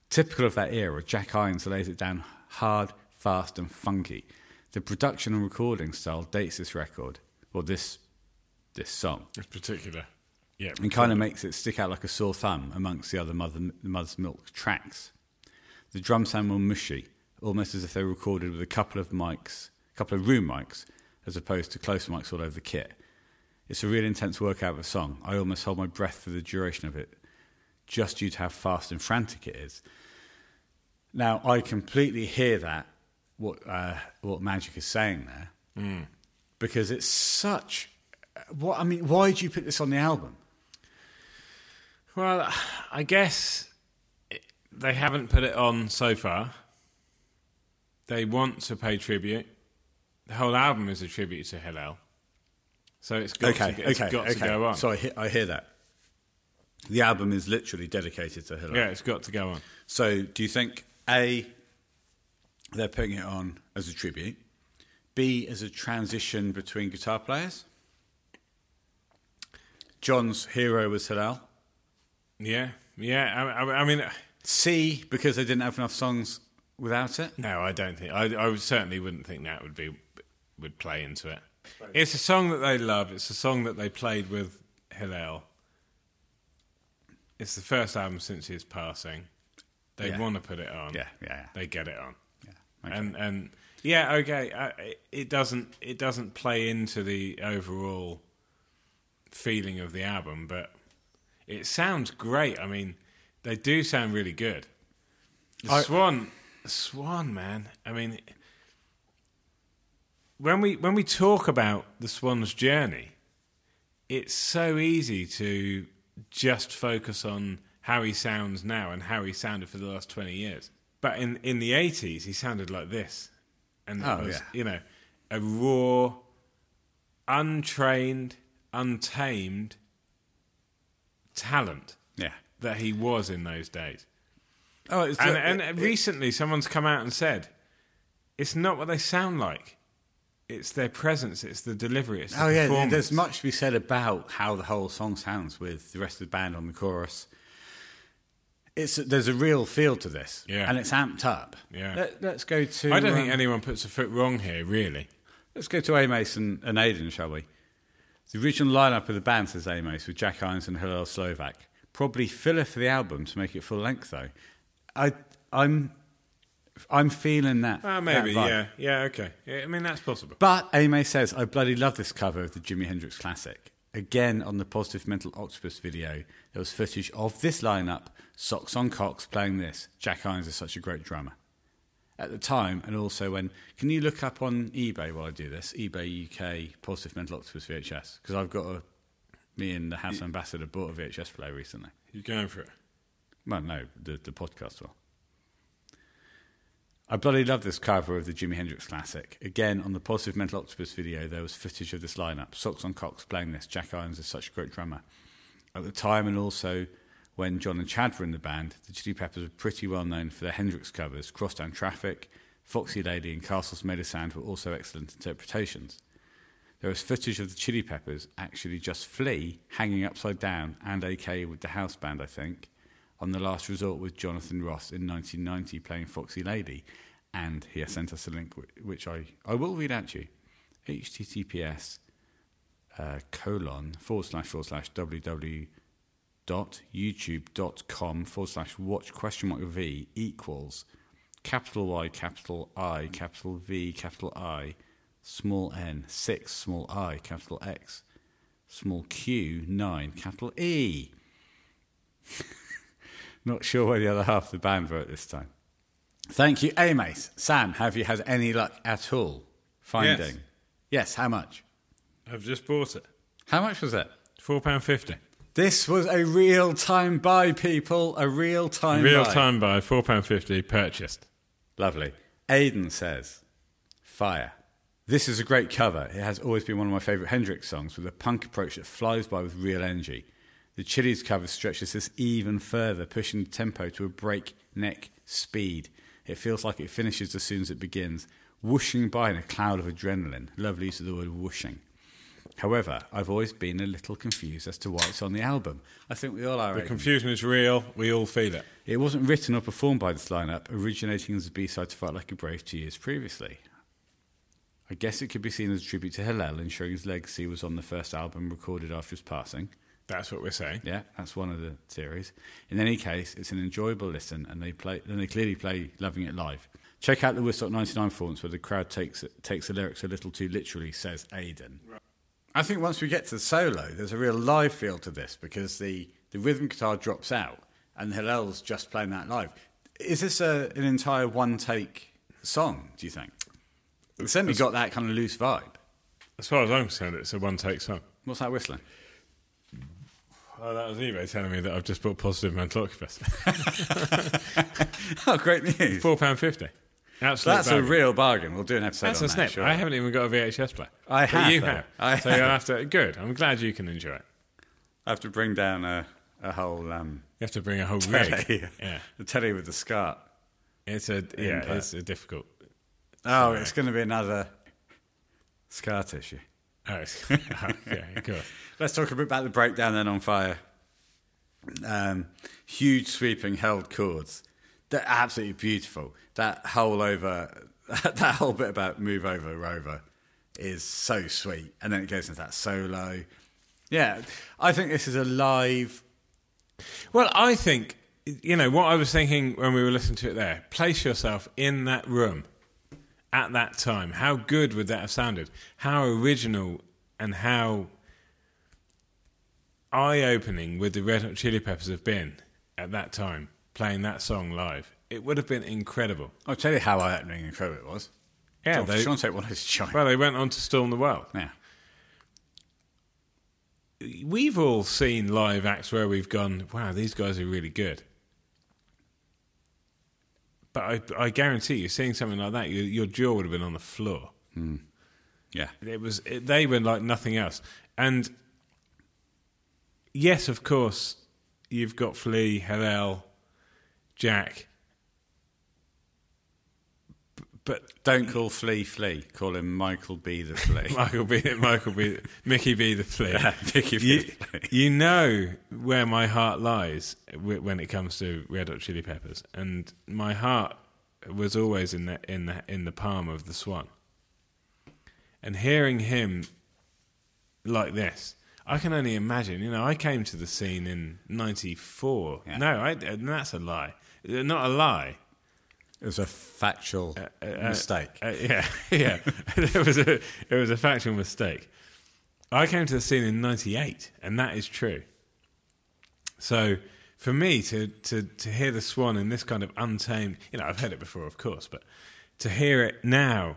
Typical of that era, Jack Irons lays it down hard, fast, and funky. The production and recording style dates this record, or this, this song
This particular. Yeah.
and kind of makes it stick out like a sore thumb amongst the other mother, Mother's Milk tracks. The drum sound more mushy, almost as if they were recorded with a couple of mics, a couple of room mics, as opposed to close mics all over the kit. It's a real intense workout of a song. I almost hold my breath for the duration of it, just due to how fast and frantic it is. Now, I completely hear that, what, uh, what Magic is saying there, because it's such. uh, What, I mean, why did you put this on the album?
Well, I guess it, they haven't put it on so far. They want to pay tribute. The whole album is a tribute to Hillel. So it's got,
okay,
to, it's
okay,
got
okay.
to go on.
So I, he- I hear that. The album is literally dedicated to Hillary.
yeah, it's got to go on.
So do you think A, they're putting it on as a tribute, B, as a transition between guitar players? John's hero was Hillel.
Yeah, yeah. I, I, I mean,
C, because they didn't have enough songs without it.
no, I don't think. I, I would- certainly wouldn't think that would be would play into it. It's a song that they love. It's a song that they played with Hillel. It's the first album since his passing. They
Yeah.
want to put it on.
Yeah, yeah, yeah.
they get it on.
okay.
And and yeah, okay. I, it- it doesn't it doesn't play into the overall feeling of the album, but it sounds great. I mean, they do sound really good. The Swan, the Swan, man. I mean, when we when we talk about the Swan's journey, it's so easy to just focus on how he sounds now and how he sounded for the last twenty years. But in in the eighties, he sounded like this, and it
Oh,
was
yeah.
you know a raw, untrained, untamed talent
Yeah.
that he was in those days.
Oh, it's
And,
uh,
and recently, someone's come out and said, "It's not what they sound like; it's their presence, it's the delivery, it's the
Oh yeah, there-
performance."
there's much to be said about how the whole song sounds with the rest of the band on the chorus. It's there's a real feel to this,
Yeah.
and it's amped up.
Yeah.
Let, us go to.
I don't think
um,
anyone puts a foot wrong here, really.
Let's go to Amos and, and Aiden, shall we? The original lineup of the band, says Amos, with Jack Irons and Hillel Slovak. Probably filler for the album to make it full length, though. I, I'm, I'm feeling that.
Ah, maybe,
that vibe.
yeah, yeah, okay. Yeah, I mean, that's possible.
But Amy says, I bloody love this cover of the Jimi Hendrix classic. Again, on the Positive Mental Octopus video, there was footage of this lineup, Socks on Cox, playing this. Jack Irons is such a great drummer. At the time, and also when, can you look up on eBay while I do this? eBay UK Positive Mental Octopus VHS, because I've got a, me and the House Ambassador bought a VHS player recently.
You're going for it.
Well, no, the, the podcast will. I bloody love this cover of the Jimi Hendrix classic. Again, on the Positive Mental Octopus video, there was footage of this lineup. Socks on Cox playing this. Jack Irons is such a great drummer. At the time, and also when John and Chad were in the band, the Chili Peppers were pretty well known for their Hendrix covers. Crosstown Traffic, Foxy Lady, and Castles Made of Sand were also excellent interpretations. There was footage of the Chili Peppers, actually just Flea, hanging upside down, and AK with the house band, I think, on The Last Resort with Jonathan Ross in 1990 playing Foxy Lady. And he has sent us a link, wh- which I, I will read out to you. HTTPS uh, colon forward slash forward slash www dot youtube dot com forward slash watch question mark v equals capital Y capital I capital V capital I small n six small i capital X small q nine capital E. Not sure where the other half of the band were at this time. Thank you, Amace. Sam, have you had any luck at all finding? Yes, how much?
I've just bought it.
How much was it?
£4.50.
This was a real time buy, people. A real time
Real
buy.
time buy, £4.50 purchased.
Lovely. Aiden says, Fire. This is a great cover. It has always been one of my favourite Hendrix songs with a punk approach that flies by with real energy. The Chili's cover stretches this even further, pushing the tempo to a breakneck speed. It feels like it finishes as soon as it begins, whooshing by in a cloud of adrenaline. Lovely use of the word whooshing. However, I've always been a little confused as to why it's on the album. I think we all are.
The
Aiden.
confusion is real. We all feel it.
It wasn't written or performed by this lineup, originating as a B-side to Fight Like a Brave two years previously. I guess it could be seen as a tribute to Hillel, ensuring his legacy was on the first album recorded after his passing.
That's what we're saying.
Yeah, that's one of the theories. In any case, it's an enjoyable listen, and they play. And they clearly play "Loving It Live." Check out the Woodstock '99 performance where the crowd takes takes the lyrics a little too literally, says Aidan. I think once we get to the solo, there's a real live feel to this because the the rhythm guitar drops out, and Hillel's just playing that live. Is this a, an entire one take song? Do you think? It's certainly got that kind of loose vibe.
As far as I'm concerned, it's a one take song.
What's that whistling?
Oh, that was eBay telling me that I've just bought Positive Mental Octopus.
oh, great news!
£4.50. Absolutely.
That's a real bargain. We'll do an episode
That's
on
a
that.
snip.
sure.
I haven't even got a VHS player.
I
But
have,
You
though.
have.
I
so you'll have to. Good. I'm glad you can enjoy it.
I have to bring down a, a whole um,
You have to bring a whole
telly.
rig. yeah.
a telly with the scarp.
It's a yeah.
Input.
It's a difficult.
Oh, it's going to be another scar tissue.
Oh, it's, okay. Good.
Let's talk a bit about the breakdown then on fire. Um, huge sweeping held chords. They're absolutely beautiful. That whole over, that whole bit about move over rover is so sweet. And then it goes into that solo. Yeah, I think this is a live.
Well, I think you know what I was thinking when we were listening to it. There, place yourself in that room at that time. How good would that have sounded? How original and how eye-opening would the Red Hot Chili Peppers have been at that time playing that song live? it would have been incredible.
I'll tell you how eye-opening and incredible it was.
Yeah,
John,
they-
Sean Tate wanted to join.
Well, they went on to storm the world.
yeah.
We've all seen live acts where we've gone, wow, these guys are really good. But I, I guarantee you, seeing something like that, your your jaw would have been on the floor.
Yeah.
It was it, they were like nothing else. And yes, of course, you've got Flea, Hillel, Jack. B- But
Don't call Flea Flea. Call him Michael B. the Flea.
Michael B. Michael B. Mickey B. The Flea.
Mickey B.
You,
the Flea.
you know where my heart lies w- when it comes to Red Hot Chili Peppers, and my heart was always in the in the in the palm of the Swan. And hearing him like this, I can only imagine. You know, I came to the scene in '94.
Yeah.
No, I, and that's a lie. Uh, Not a lie.
It was a factual
Uh,
mistake.
uh, yeah, yeah. it was a it was a factual mistake. I came to the scene in '98, and that is true. So for me to to to hear the Swan in this kind of untamed, you know, I've heard it before, of course, but to hear it now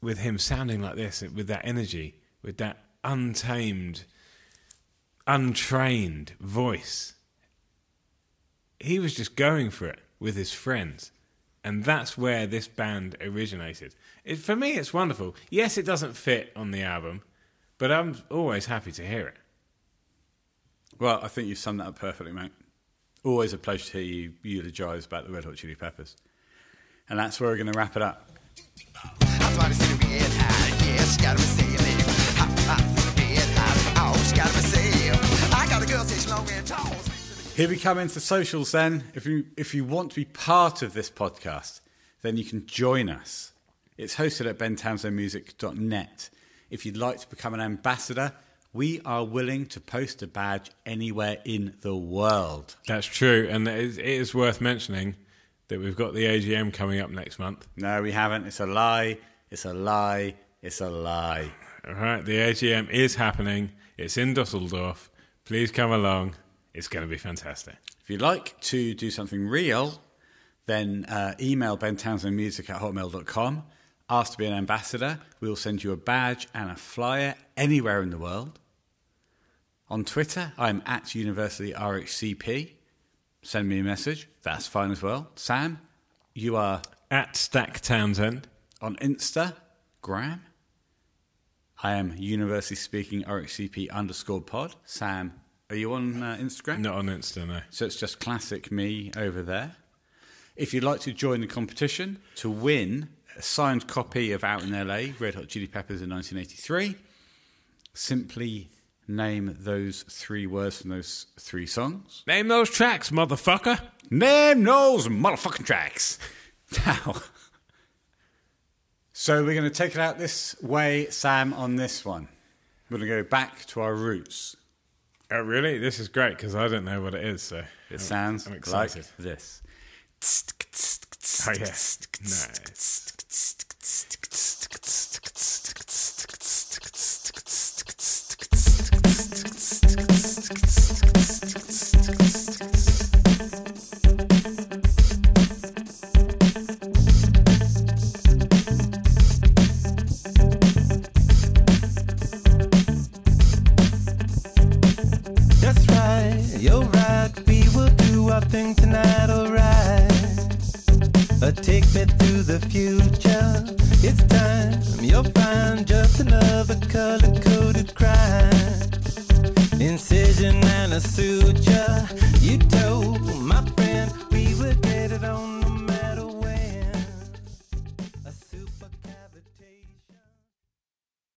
with him sounding like this, with that energy, with that untamed, untrained voice, he was just going for it with his friends. And that's where this band originated. It, for me, it's wonderful. Yes, it doesn't fit on the album, but I'm always happy to hear it.
Well, I think you've summed that up perfectly, mate. Always a pleasure to hear you eulogise about the Red Hot Chili Peppers. And that's where we're going to wrap it up.
I try to see the red eye, yes, gotta be saved. Hot, hot, red eye, ouch, gotta be saved. I got a girl, say she's long and tall.
Here we come into socials then. If you, if you want to be part of this podcast, then you can join us. It's hosted at bentownsendmusic.net. If you'd like to become an ambassador, we are willing to post a badge anywhere in the world.
That's true. And it is, it is worth mentioning that we've got the AGM coming up next month.
No, we haven't. It's a lie. It's a lie. It's a lie.
All right, the AGM is happening. It's in Dusseldorf. Please come along. It's going to be fantastic.
If you'd like to do something real, then uh, email bentownsendmusic at hotmail.com. Ask to be an ambassador. We'll send you a badge and a flyer anywhere in the world. On Twitter, I'm at University RHCP. Send me a message. That's fine as well. Sam, you are
At Stack Townsend.
on Insta, Gram. I am University Speaking RHCP underscore pod. Sam, are you on uh, Instagram?
Not on Insta, no.
So it's just classic me over there. If you'd like to join the competition to win a signed copy of Out in LA, Red Hot Chili Peppers in 1983, simply name those three words from those three songs.
Name those tracks, motherfucker.
Name those motherfucking tracks. Now, so we're going to take it out this way, Sam, on this one. We're going to go back to our roots.
Oh, really? This is great because I don't know what it is. So
It sounds
I'm
like
excited.
this.
Oh, yeah. Nice.
That's right, you're right. We will do our thing tonight, alright. Uh, take me to the future. It's time, you'll find just another color coded crime. Incision and a suture.